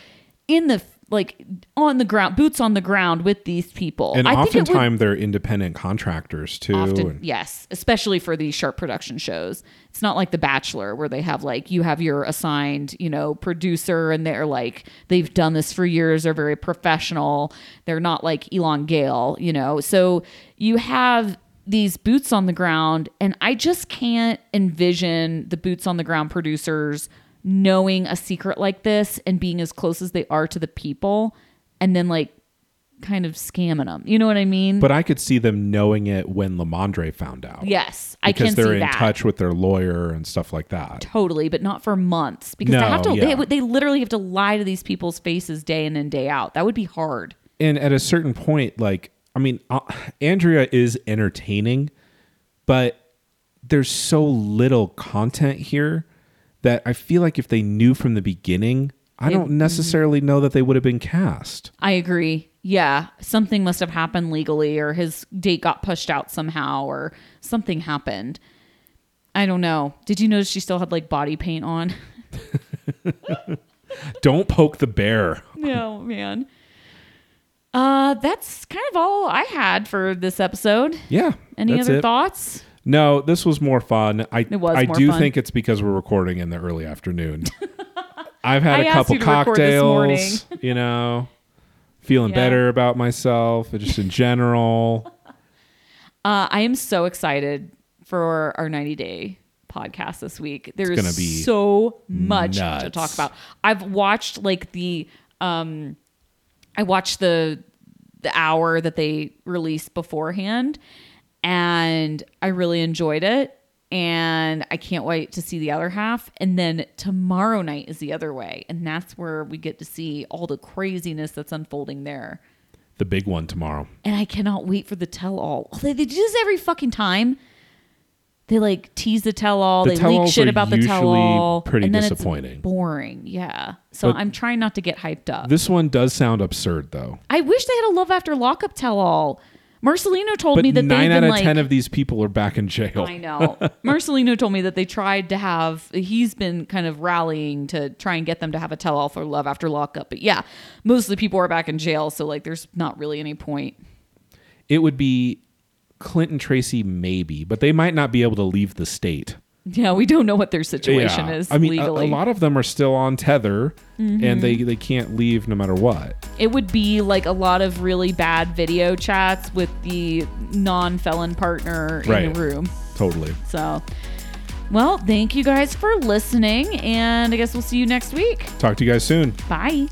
[SPEAKER 1] in the like on the ground, boots on the ground with these people.
[SPEAKER 2] and
[SPEAKER 1] I think it would-
[SPEAKER 2] oftentimes they're independent contractors too.
[SPEAKER 1] often
[SPEAKER 2] and-
[SPEAKER 1] yes especially for these sharp production shows it's not like the bachelor where they have like you have your assigned you know producer and they're like they've done this for years they're very professional they're not like elon gale you know so you have these boots on the ground and i just can't envision the boots on the ground producers knowing a secret like this and being as close as they are to the people and then like kind of scamming them you know what i mean
[SPEAKER 2] But I could see them knowing it when Lamondre found out.
[SPEAKER 1] Yes, I
[SPEAKER 2] Because
[SPEAKER 1] can
[SPEAKER 2] they're
[SPEAKER 1] see
[SPEAKER 2] in
[SPEAKER 1] that.
[SPEAKER 2] touch with their lawyer and stuff like that.
[SPEAKER 1] Totally, but not for months because they
[SPEAKER 2] No,
[SPEAKER 1] have to.
[SPEAKER 2] yeah.
[SPEAKER 1] They, they literally have to lie to these people's faces day in and day out. That would be hard.
[SPEAKER 2] And at a certain point, like, I mean, uh, Andrea is entertaining, but there's so little content here that I feel like if they knew from the beginning, I
[SPEAKER 1] mm-hmm.
[SPEAKER 2] don't necessarily know that they would have been cast.
[SPEAKER 1] I agree. Yeah, something must have happened legally, or his date got pushed out somehow, or something happened. I don't know. Did you notice she still had like body paint on?
[SPEAKER 2] Don't poke the bear.
[SPEAKER 1] no, man. Uh, that's kind of all I had for this episode.
[SPEAKER 2] Yeah.
[SPEAKER 1] Any
[SPEAKER 2] that's
[SPEAKER 1] other
[SPEAKER 2] it.
[SPEAKER 1] thoughts?
[SPEAKER 2] No, this was more fun. I
[SPEAKER 1] It was
[SPEAKER 2] I
[SPEAKER 1] more
[SPEAKER 2] do
[SPEAKER 1] fun.
[SPEAKER 2] think it's because we're recording in the early afternoon. I've had
[SPEAKER 1] I
[SPEAKER 2] a
[SPEAKER 1] asked
[SPEAKER 2] couple
[SPEAKER 1] you to record this morning.
[SPEAKER 2] cocktails, you know, feeling
[SPEAKER 1] Yeah.
[SPEAKER 2] better about myself, just in general.
[SPEAKER 1] Uh, I am so excited for our 90 day podcast this week. There's
[SPEAKER 2] gonna be
[SPEAKER 1] so much to
[SPEAKER 2] nuts.
[SPEAKER 1] talk about. I've watched like the um I watched the the hour that they released beforehand and I really enjoyed it and I can't wait to see the other half and then tomorrow night is the other way and that's where we get to see all the craziness that's unfolding there.
[SPEAKER 2] The big one tomorrow.
[SPEAKER 1] And I cannot wait for the tell all. They, they do this every fucking time. They like tease the tell all,
[SPEAKER 2] The
[SPEAKER 1] they leak
[SPEAKER 2] tell-alls
[SPEAKER 1] shit
[SPEAKER 2] are
[SPEAKER 1] about the
[SPEAKER 2] usually
[SPEAKER 1] tell all.
[SPEAKER 2] pretty
[SPEAKER 1] and then it's
[SPEAKER 2] disappointing.
[SPEAKER 1] boring, yeah. So
[SPEAKER 2] But-
[SPEAKER 1] I'm trying not to get hyped up.
[SPEAKER 2] This one does sound absurd though.
[SPEAKER 1] I wish they had a love after lockup tell all. Marcelino told
[SPEAKER 2] But
[SPEAKER 1] me that
[SPEAKER 2] nine
[SPEAKER 1] they've
[SPEAKER 2] out
[SPEAKER 1] been
[SPEAKER 2] of
[SPEAKER 1] like,
[SPEAKER 2] ten of these people are back in jail.
[SPEAKER 1] I know. Marcelino told me that they tried to have. He's been kind of rallying to try and get them to have a tell all for love after lockup. But yeah, most of the people are back in jail, so like, there's not really any point.
[SPEAKER 2] It would be Clinton Tracy maybe, but they might not be able to leave the state.
[SPEAKER 1] Yeah, we don't know what their situation
[SPEAKER 2] Yeah.
[SPEAKER 1] is
[SPEAKER 2] I mean, a-
[SPEAKER 1] legally. Mm-hmm.
[SPEAKER 2] A, lot of them are still on tether, and they they can't leave no matter what.
[SPEAKER 1] it would be like a lot of really bad video chats with the non-felon partner in
[SPEAKER 2] Right.
[SPEAKER 1] the room.
[SPEAKER 2] Totally.
[SPEAKER 1] So, well, thank you guys for listening, and I guess we'll see you next week.
[SPEAKER 2] Talk to you guys soon.
[SPEAKER 1] Bye.